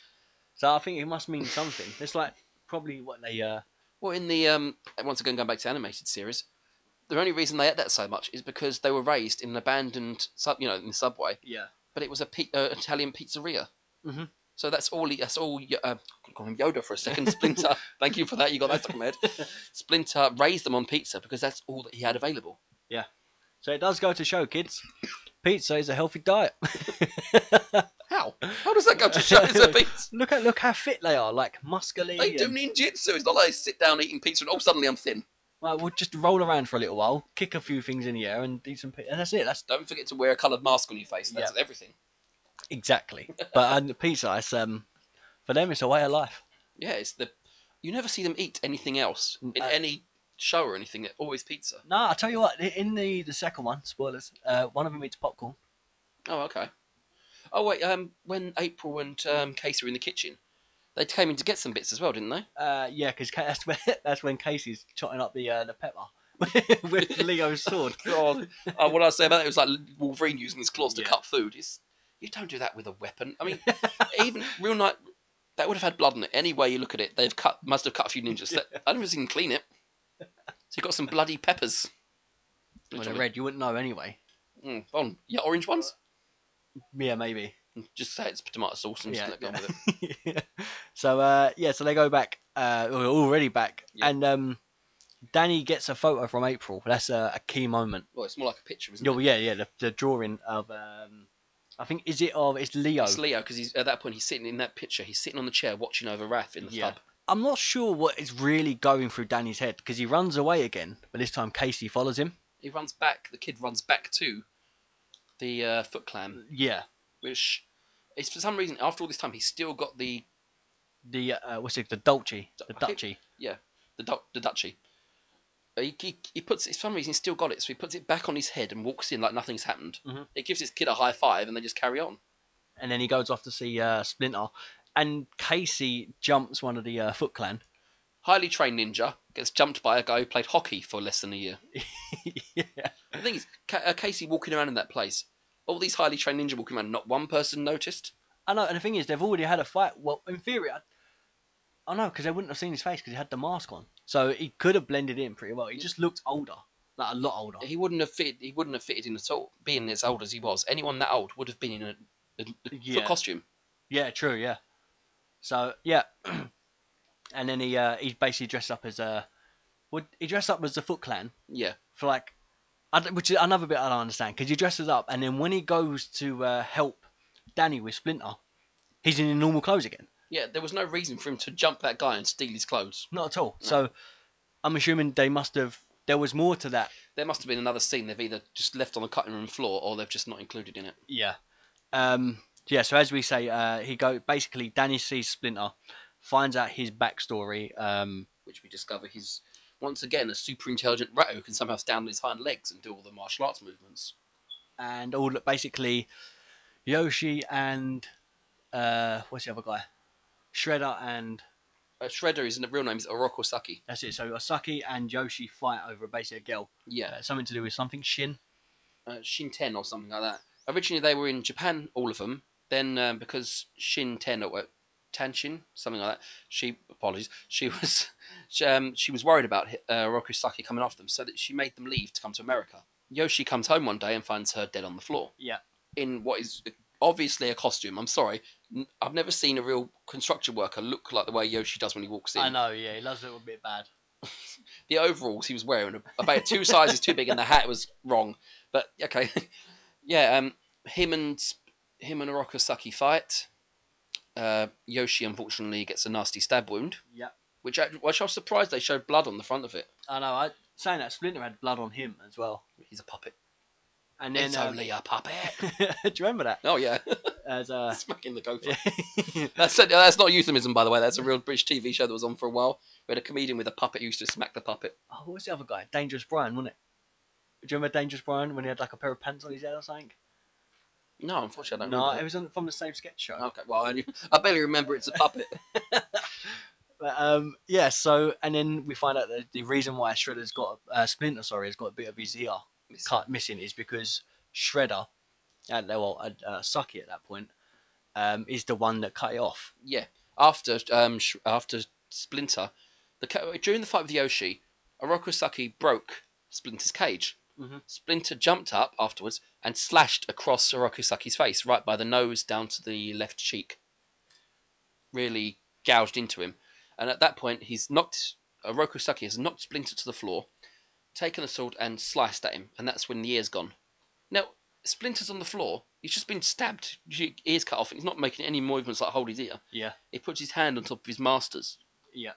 So I think it must mean something. It's like probably what they uh, Well, in the um, once again going back to animated series, the only reason they ate that so much is because they were raised in an abandoned sub, you know, in the subway. yeah. But it was a pi- uh, Italian pizzeria. Mhm. So that's all. he- That's all. Yo- Uh, I call him Yoda for a second. Splinter. Thank you for that. You got that stuck in my head. Splinter raised them on pizza because that's all that he had available. So it does go to show, kids. Pizza is a healthy diet. How? How does that go to show? It's a pizza. look at look how fit they are, like muscly. They do and- ninjutsu. It's not like they sit down eating pizza and all suddenly I'm thin. Well, we'll just roll around for a little while, kick a few things in the air, and do some. pi- And that's it. That's Don't forget to wear a coloured mask on your face. That's everything. exactly. But and the pizza, it's, um, for them, it's a way of life. Yeah, it's the you never see them eat anything else in uh, any show or anything. They're always pizza. No, I tell you what. i- In the the second one, spoilers. Uh, one of them eats popcorn. Oh, okay. Oh wait, um, when April and um, Casey were in the kitchen, they came in to get some bits as well, didn't they? Uh, yeah, because that's when that's when Casey's chotting up the uh, the pepper with Leo's sword. God, oh, what did I say about that? It was like Wolverine using his claws to Yeah. cut food. It's you don't do that with a weapon. I mean, even real night. That would have had blood in it. Any way you look at it, they've cut must have cut a few ninjas. I never seen clean it. So you got some bloody peppers. Well, they're red. You wouldn't know anyway. Mm, on. Yeah, orange ones. Yeah, maybe. Just say it's tomato sauce and Yeah, just let go yeah. with it. so uh, yeah, so they go back. Uh, well, already back, Yeah. and um, Danny gets a photo from April. That's a, a key moment. Well, it's more like a picture, isn't Yeah, it? well, yeah, yeah. The, the drawing of um, I think is it of it's Leo. It's Leo because he's at that point he's sitting in that picture. He's sitting on the chair watching over Raph in the Yeah. pub. I'm not sure what is really going through Danny's head because he runs away again, but this time Casey follows him. He runs back. The kid runs back to the uh, Foot Clan, Yeah, which is for some reason after all this time he's still got the the uh, what's it? The Dolce, the I think- Duchy. the du- the duchy. He, he, he puts it, for some reason he's still got it, so he puts it back on his head and walks in like nothing's happened. Mhm. It gives his kid a high five and they just carry on. and then he goes off to see uh, Splinter, and Casey jumps one of the uh, Foot Clan. Highly trained ninja gets jumped by a guy who played hockey for less than a year. yeah. The thing is, Ca- uh, Casey walking around in that place. All these highly trained ninja walking around. Not one person noticed. I know, and the thing is, they've already had a fight. Well, in theory, I, I know because they wouldn't have seen his face because he had the mask on, so he could have blended in pretty well. He just looked older, like a lot older. He wouldn't have fit. He wouldn't have fitted in at all. Being as old as he was, anyone that old would have been in a, a, a Yeah. foot costume. Yeah, true. Yeah. So yeah, and then he uh, he basically dressed up as a, would he dressed up as the Foot Clan Yeah, for like, I d- which is another bit I don't understand because he dresses up and then when he goes to uh, help Danny with Splinter, he's in his normal clothes again. yeah. There was no reason for him to jump that guy and steal his clothes. Not at all. So I'm assuming they must have. There was more to that. There must have been another scene they've either just left on the cutting room floor or they've just not included in it. Yeah. Um. Yeah. So as we say, uh, he go basically Danny sees Splinter, finds out his backstory. Um. Which we discover he's once again a super intelligent rat who can somehow stand on his hind legs and do all the martial arts movements. and all basically Yoshi and uh, what's the other guy? Shredder and Uh, Shredder, his real name is Oroko Saki. that's it. So Osaki and Yoshi fight over basically a girl. Yeah, Uh, something to do with something Shin. uh, Shin Ten or something like that. Originally, they were in Japan, all of them. Then, um, because Shin Ten or uh, Tanshin, something like that, she apologies. She was she, um, she was worried about uh, Rokusaki coming after them, so that she made them leave to come to America. Yoshi comes home one day and finds her dead on the floor. Yeah. In what is uh, obviously a costume. I'm sorry, N- I've never seen a real construction worker look like the way Yoshi does when he walks in. I know. Yeah, he loves it a bit bad. the overalls he was wearing were about two sizes too big, and the hat was wrong. But okay, yeah. Um, him and him and Orokosaki fight. Uh, Yoshi unfortunately gets a nasty stab wound, Yeah. which I, which I was surprised they showed blood on the front of it. I know. I saying that Splinter had blood on him as well. He's a puppet. And then it's um, only a puppet. do you remember that? Oh yeah, As uh, oh, smacking the gopher. yeah. That's that's not a euphemism, by the way. That's a real British TV show that was on for a while. We had a comedian with a puppet who used to smack the puppet. oh, what's the other guy? Dangerous Brian, wasn't it? Do you remember Dangerous Brian when he had like a pair of pants on his head or something? No, unfortunately, I don't No, it remember. was on, from the same sketch show. that. Okay, well, I, I barely remember it's a puppet. But um, yeah, so and then we find out that the reason why Shredder's got uh, Splinter, sorry, has got a bit of his ear cut missing is because Shredder, and uh, well, uh, uh, Saki at that point, um, is the one that cut it off. Yeah, after um sh- after Splinter, the ca- during the fight with Yoshi, Orokosaki broke Splinter's cage. Mhm. Splinter jumped up afterwards and slashed across Orokosaki's face, right by the nose down to the left cheek. Really gouged into him, and at that point, he's knocked Orokosaki has knocked Splinter to the floor, taken a sword and sliced at him, and that's when the ear's gone. Now. Splinter's on the floor. He's just been stabbed. His ear's cut off, and he's not making any movements like hold his ear. Yeah, He puts his hand on top of his master's. yeah,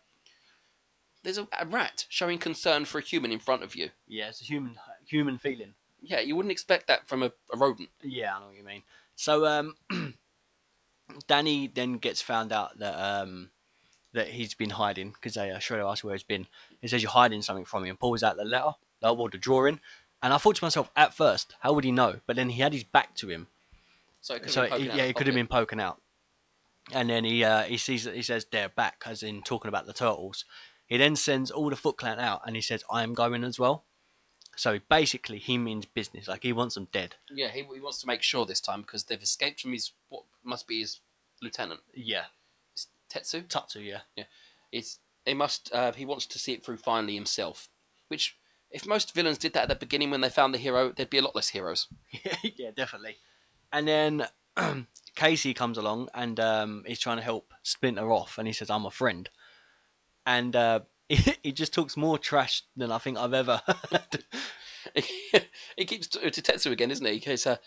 There's a, a rat showing concern for a human in front of you. yeah. It's a human human feeling. Yeah, you wouldn't expect that from a, a rodent. Yeah, I know what you mean. So um, Danny then gets found out that um, that he's been hiding because they uh, Shredder asks where he's been. He says you're hiding something from me and pulls out the letter, uh, well, the drawing. And I thought to myself at first, how would he know? But then he had his back to him, So, it could so have been he- poking out yeah, he of the could have pocket. been poking out. And then he uh, he sees that he says they're back, as in talking about the turtles. He then sends all the Foot Clan out, and he says I am going as well. So basically, he means business. Like he wants them dead. Yeah, he, he wants to make sure this time because they've escaped from his what must be his lieutenant, Yeah, It's Tetsu. Tatsu. Yeah. It's he must uh, he wants to see it through finally himself. Which, if most villains did that at the beginning when they found the hero, there'd be a lot less heroes. yeah, definitely. And then Casey comes along and um, he's trying to help Splinter off, and he says, "I'm a friend," and uh, he, just talks more trash than I think I've ever. heard. he keeps to, to Tetsu again, isn't he? He's uh,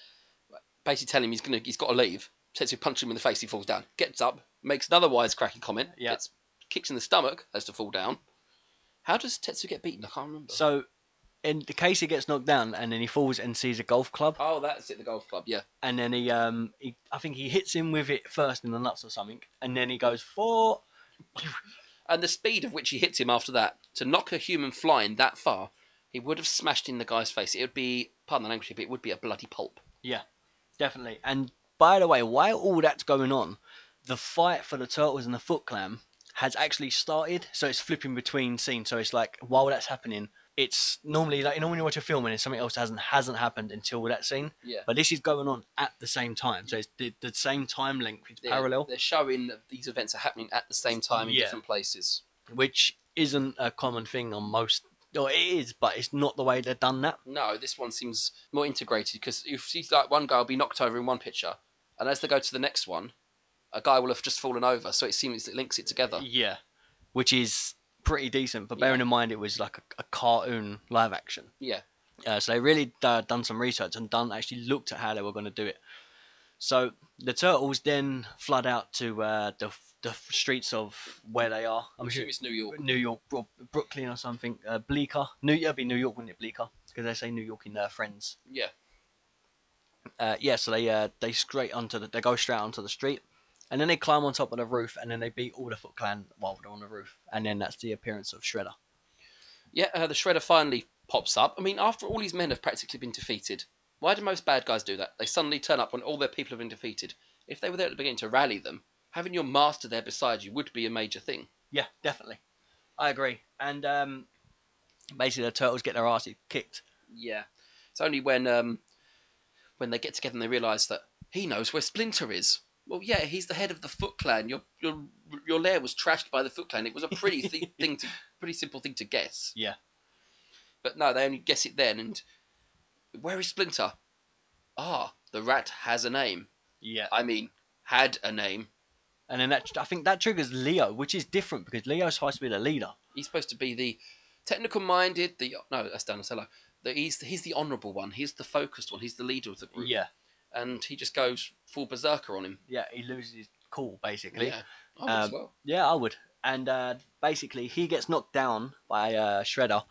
basically telling him he's gonna he's got to leave. Tetsu punches him in the face. He falls down. Gets up, makes another wisecracking comment. Yeah. Gets kicks in the stomach has to fall down. How does Tetsu get beaten? I can't remember. so, and Casey gets knocked down, and then he falls and sees a golf club, oh, that's it. The golf club. Yeah. and then he, um, he I think he hits him with it first in the nuts or something, and then he goes for. And the speed of which he hits him after that to knock a human flying that far, he would have smashed in the guy's face. It would be pardon the language, but it would be a bloody pulp. Yeah, definitely. And by the way, while all that's going on, the fight for the turtles and the Foot Clan has actually started. So it's flipping between scenes. So it's like while that's happening, it's normally like you know when you watch a film and it's something else hasn't hasn't happened until that scene. Yeah. But this is going on at the same time, so it's the, the same time length. It's They're, parallel, They're showing that these events are happening at the same time in Yeah. different places. which isn't a common thing on most. Or it is, but it's not the way they've done that. No, this one seems more integrated because you see, like one guy will be knocked over in one picture, and as they go to the next one, a guy will have just fallen over. So it seems it links it together. Yeah. Which is pretty decent, but bearing in mind it was like a, a cartoon live action. Yeah, Uh, so they really uh, done some research and done actually looked at how they were going to do it. So the turtles then flood out to uh, the the streets of where they are. I'm assuming it's New York. New York, Bro- Brooklyn, or something. Uh, Bleecker. New yeah, it'd be New York, wouldn't it? Bleecker, because they say New York in their friends. Yeah, Uh, yeah, so they uh, they straight onto the they go straight onto the street, and then they climb on top of the roof, and then they beat all the Foot Clan while they're on the roof, and then that's the appearance of Shredder. yeah. Uh, the Shredder finally pops up. I mean, after all these men have practically been defeated, why do most bad guys do that? They suddenly turn up when all their people have been defeated. If they were there at the beginning to rally them, having your master there beside you would be a major thing. Yeah, definitely. I agree. And um, basically, the turtles get their asses kicked. Yeah. It's only when um, when they get together and they realise that he knows where Splinter is. Well, yeah, he's the head of the Foot Clan. Your your your lair was trashed by the Foot Clan. It was a pretty thi- thing to pretty simple thing to guess. Yeah. But no, they only guess it then. And where is Splinter? Ah, the rat has a name. Yeah. I mean, had a name. And then that I think that triggers Leo, which is different because Leo's supposed to be the leader. He's supposed to be the technical minded. The no, that's Donatello. The, he's he's the honourable one. He's the focused one. He's the leader of the group. And he just goes full berserker on him. Yeah, he loses his cool basically. Yeah, I would as Um, well. Yeah, I would. And uh, basically, he gets knocked down by uh, Shredder,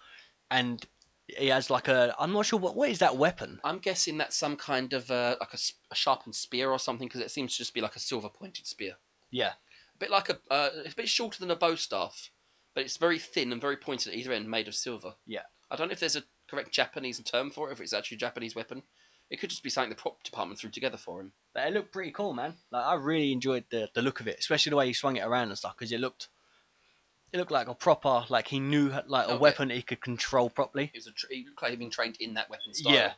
and he has like a I'm not sure what what is that weapon. I'm guessing that's some kind of uh, like a, s- a sharpened spear or something because it seems to just be like a silver pointed spear. Yeah. A bit like a, uh, it's a bit shorter than a bow staff, but it's very thin and very pointed at either end, made of silver. Yeah. I don't know if there's a correct Japanese term for it, if it's actually a Japanese weapon. It could just be something the prop department threw together for him. But it looked pretty cool, man. Like I really enjoyed the, the look of it, especially the way he swung it around and stuff, because it looked it looked like a proper like he knew like a Okay. weapon he could control properly, It was a tr- it looked like he'd been trained in that weapon style. Yeah.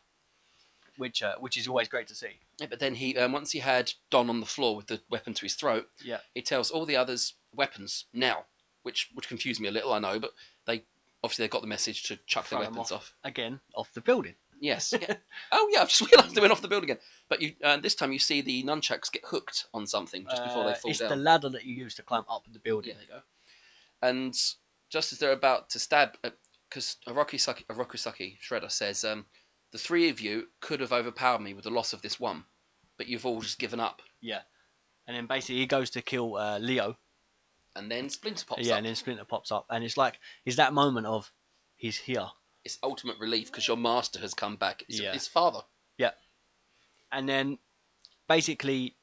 which uh, which is always great to see. Yeah, But then he, um, once he had Don on the floor with the weapon to his throat, Yeah. he tells all the others weapons now, which which confused me a little, I know, but they obviously they got the message to chuck Throw their 'em weapons off. Again, off the building. Yes. yeah. oh yeah, I've just realised they went off the building again. But you uh, this time you see the nunchucks get hooked on something just before they Uh, fall it's down. the ladder that you use to climb up the Yeah, building. there you go. And just as they're about to stab, uh, because Arokusaki, Arokusaki uh, Shredder says, um, the three of you could have overpowered me with the loss of this one, but you've all just given up. And then basically he goes to kill uh, Leo. And then Splinter pops yeah, up. and then Splinter pops up, and it's like it's that moment of he's here. It's ultimate relief because your master has come back. It's Yeah. his father. and then basically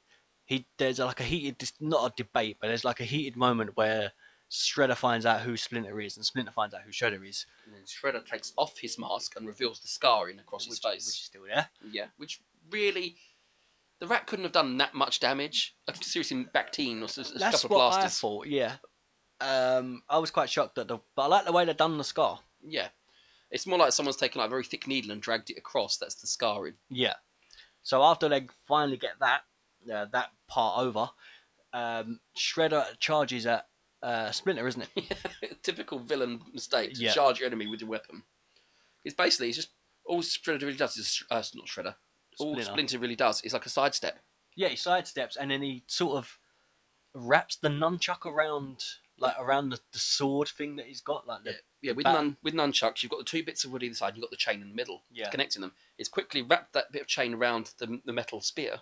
he there's like a heated dis- not a debate but there's like a heated moment where Shredder finds out who Splinter is and Splinter finds out who Shredder is And then Shredder takes off his mask and reveals the scarring across his which, face. which is still there Yeah, which really, the rat couldn't have done that much damage. Uh, Seriously, Bactine or s- s- a that's couple what of I blasters. thought yeah um I was quite shocked at the but I like the way they've done the scar Yeah, it's more like someone's taken like, a very thick needle and dragged it across. That's the scarring. yeah so after they finally get that uh, that part over um Shredder charges at uh, Splinter isn't it Typical villain mistake to Yeah. charge your enemy with your weapon. It's basically it's just all Shredder really does is uh, not Shredder. All Splinter. Splinter really does is like a sidestep. yeah, he sidesteps and then he sort of wraps the nunchuck around like around the, the sword thing that he's got, like the Yeah, with bat- nun, with nunchucks, you've got the two bits of wood either side. You've got the chain in the middle, Yeah. connecting them. It's quickly wrapped that bit of chain around the, the metal spear,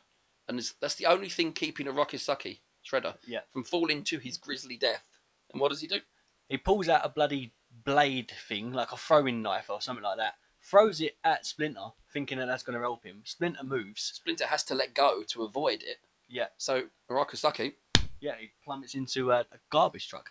and it's, that's the only thing keeping a Rokusaki Shredder Yeah. from falling to his grisly death. And what does he do? he pulls out a bloody blade thing, like a throwing knife or something like that, throws it at Splinter, thinking that that's gonna help him. Splinter moves. Splinter has to let go to avoid it. Yeah. So Rokusaki, Yeah, he plummets into a, a garbage truck.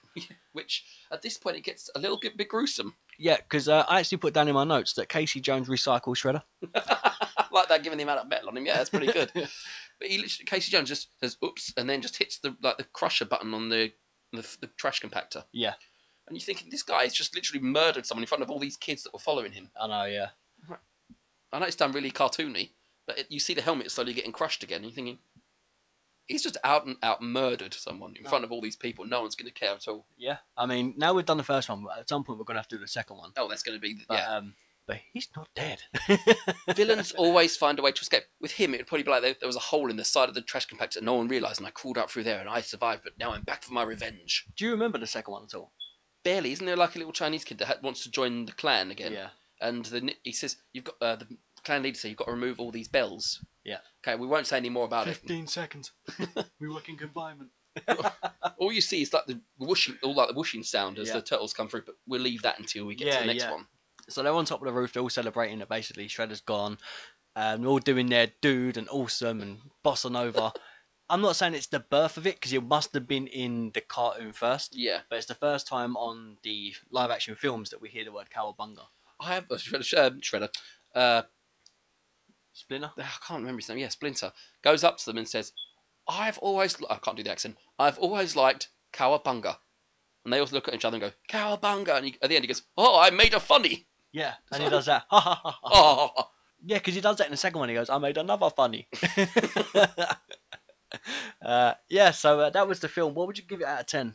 which at this point it gets a little bit, bit gruesome. Yeah, because uh, I actually put down in my notes that Casey Jones recycles Shredder. I like that, given the amount of metal on him. Yeah, that's pretty good. but he literally, Casey Jones just says "oops" and then just hits the like the crusher button on the the, the trash compactor. Yeah. And you're thinking, this guy's just literally murdered someone in front of all these kids that were following him. I know, yeah. I know it's done really cartoony, but it, you see the helmet slowly getting crushed again, and you're thinking, he's just out and out murdered someone in No. front of all these people. No one's going to care at all. Yeah. I mean, now we've done the first one, but at some point we're going to have to do the second one. Oh, that's going to be. But, yeah. um, but he's not dead. Villains always find a way to escape. With him, it would probably be like there, there was a hole in the side of the trash compactor and no one realised, and I crawled out through there and I survived, but now I'm back for my revenge. Do you remember the second one at all? Barely. Isn't there like a little Chinese kid that ha- wants to join the clan again? Yeah. and the ni- he says you've got uh, the clan leader says you've got to remove all these bells. Yeah. Okay, we won't say any more about it. seconds. we work in confinement. Uh, All you see is like the whooshing, all like the whooshing sound as Yeah. the turtles come through. But we'll leave that until we get Yeah, to the next yeah. one. So they're on top of the roof. They're all celebrating that basically Shredder's gone. Um, they're all doing their dude and awesome and bossa nova. I'm not saying it's the birth of it because it must have been in the cartoon first, Yeah, but it's the first time on the live action films that we hear the word cowabunga. I have a shredder. Um, shredder. Uh, Splinter. I can't remember his name. Yeah, Splinter goes up to them and says, "I've always li- I can't do the accent. I've always liked cowabunga." And they all look at each other and go, "Cowabunga!" And he, at the end, he goes, "Oh, I made a funny." Yeah, and he does that. Ha, ha, ha, ha. Oh, Yeah, because he does that in the second one. He goes, "I made another funny." uh, yeah, so uh, that was the film. What would you give it out of ten?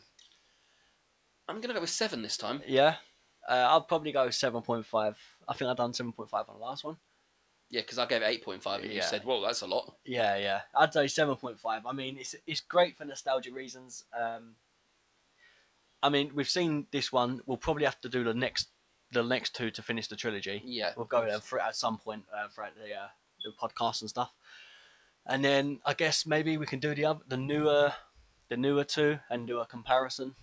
I'm gonna go with seven this time. Yeah, uh, I'll probably go seven point five. I think I've done seven point five on the last one. Yeah, because I gave eight point five, and you Yeah. said, "Well, that's a lot." Yeah, yeah. I'd say seven point five. I mean, it's it's great for nostalgia reasons. Um, I mean, we've seen this one. We'll probably have to do the next the next two to finish the trilogy. Yeah, We'll go there for at some point uh, throughout the uh, the podcast and stuff. And then I guess maybe we can do the other the newer the newer two and do a comparison.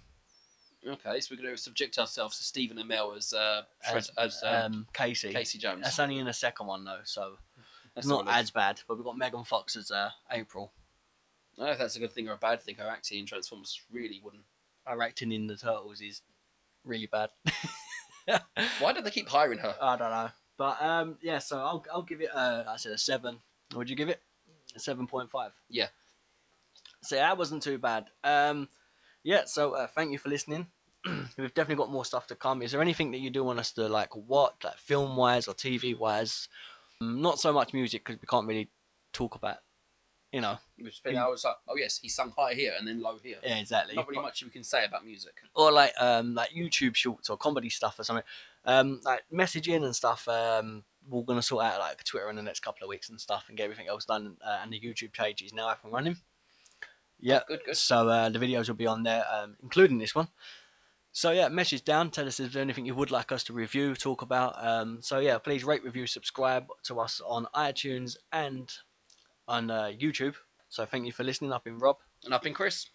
Okay, so we're going to subject ourselves to Stephen Amell as uh, Fred, As- as, um, Um, Casey. Casey Jones. That's only in the second one though, so it's That's not all it is. as bad. But we've got Megan Fox as uh, April. I don't know if that's a good thing or a bad thing. Her acting in Transformers really wouldn't. Her acting in the Turtles is really bad. Why do they keep hiring her? I don't know. But um, yeah, so I'll, I'll give it, uh, I said a 7. Would you give it? A 7.5. Yeah. So that wasn't too bad. Um, yeah, so uh, thank you for listening. We've definitely got more stuff to come. Is there anything that you do want us to like watch, like film wise or TV wise? Mm, Not so much music because we can't really talk about, you know. We spend hours like, oh yes, he sung high here and then low here. Yeah, exactly. Not really much we can say about music. or like um like YouTube shorts or comedy stuff or something. Um like messaging and stuff. Um we're gonna sort out like Twitter in the next couple of weeks and stuff and get everything else done uh, and the YouTube page is now up and running. Yeah. Good, good. So uh, the videos will be on there, um, including this one. So yeah, message down. Tell us if there's anything you would like us to review, talk about. Um, so yeah, please rate, review, subscribe to us on iTunes and on uh, YouTube. So thank you for listening. I've been Rob. And I've been Chris.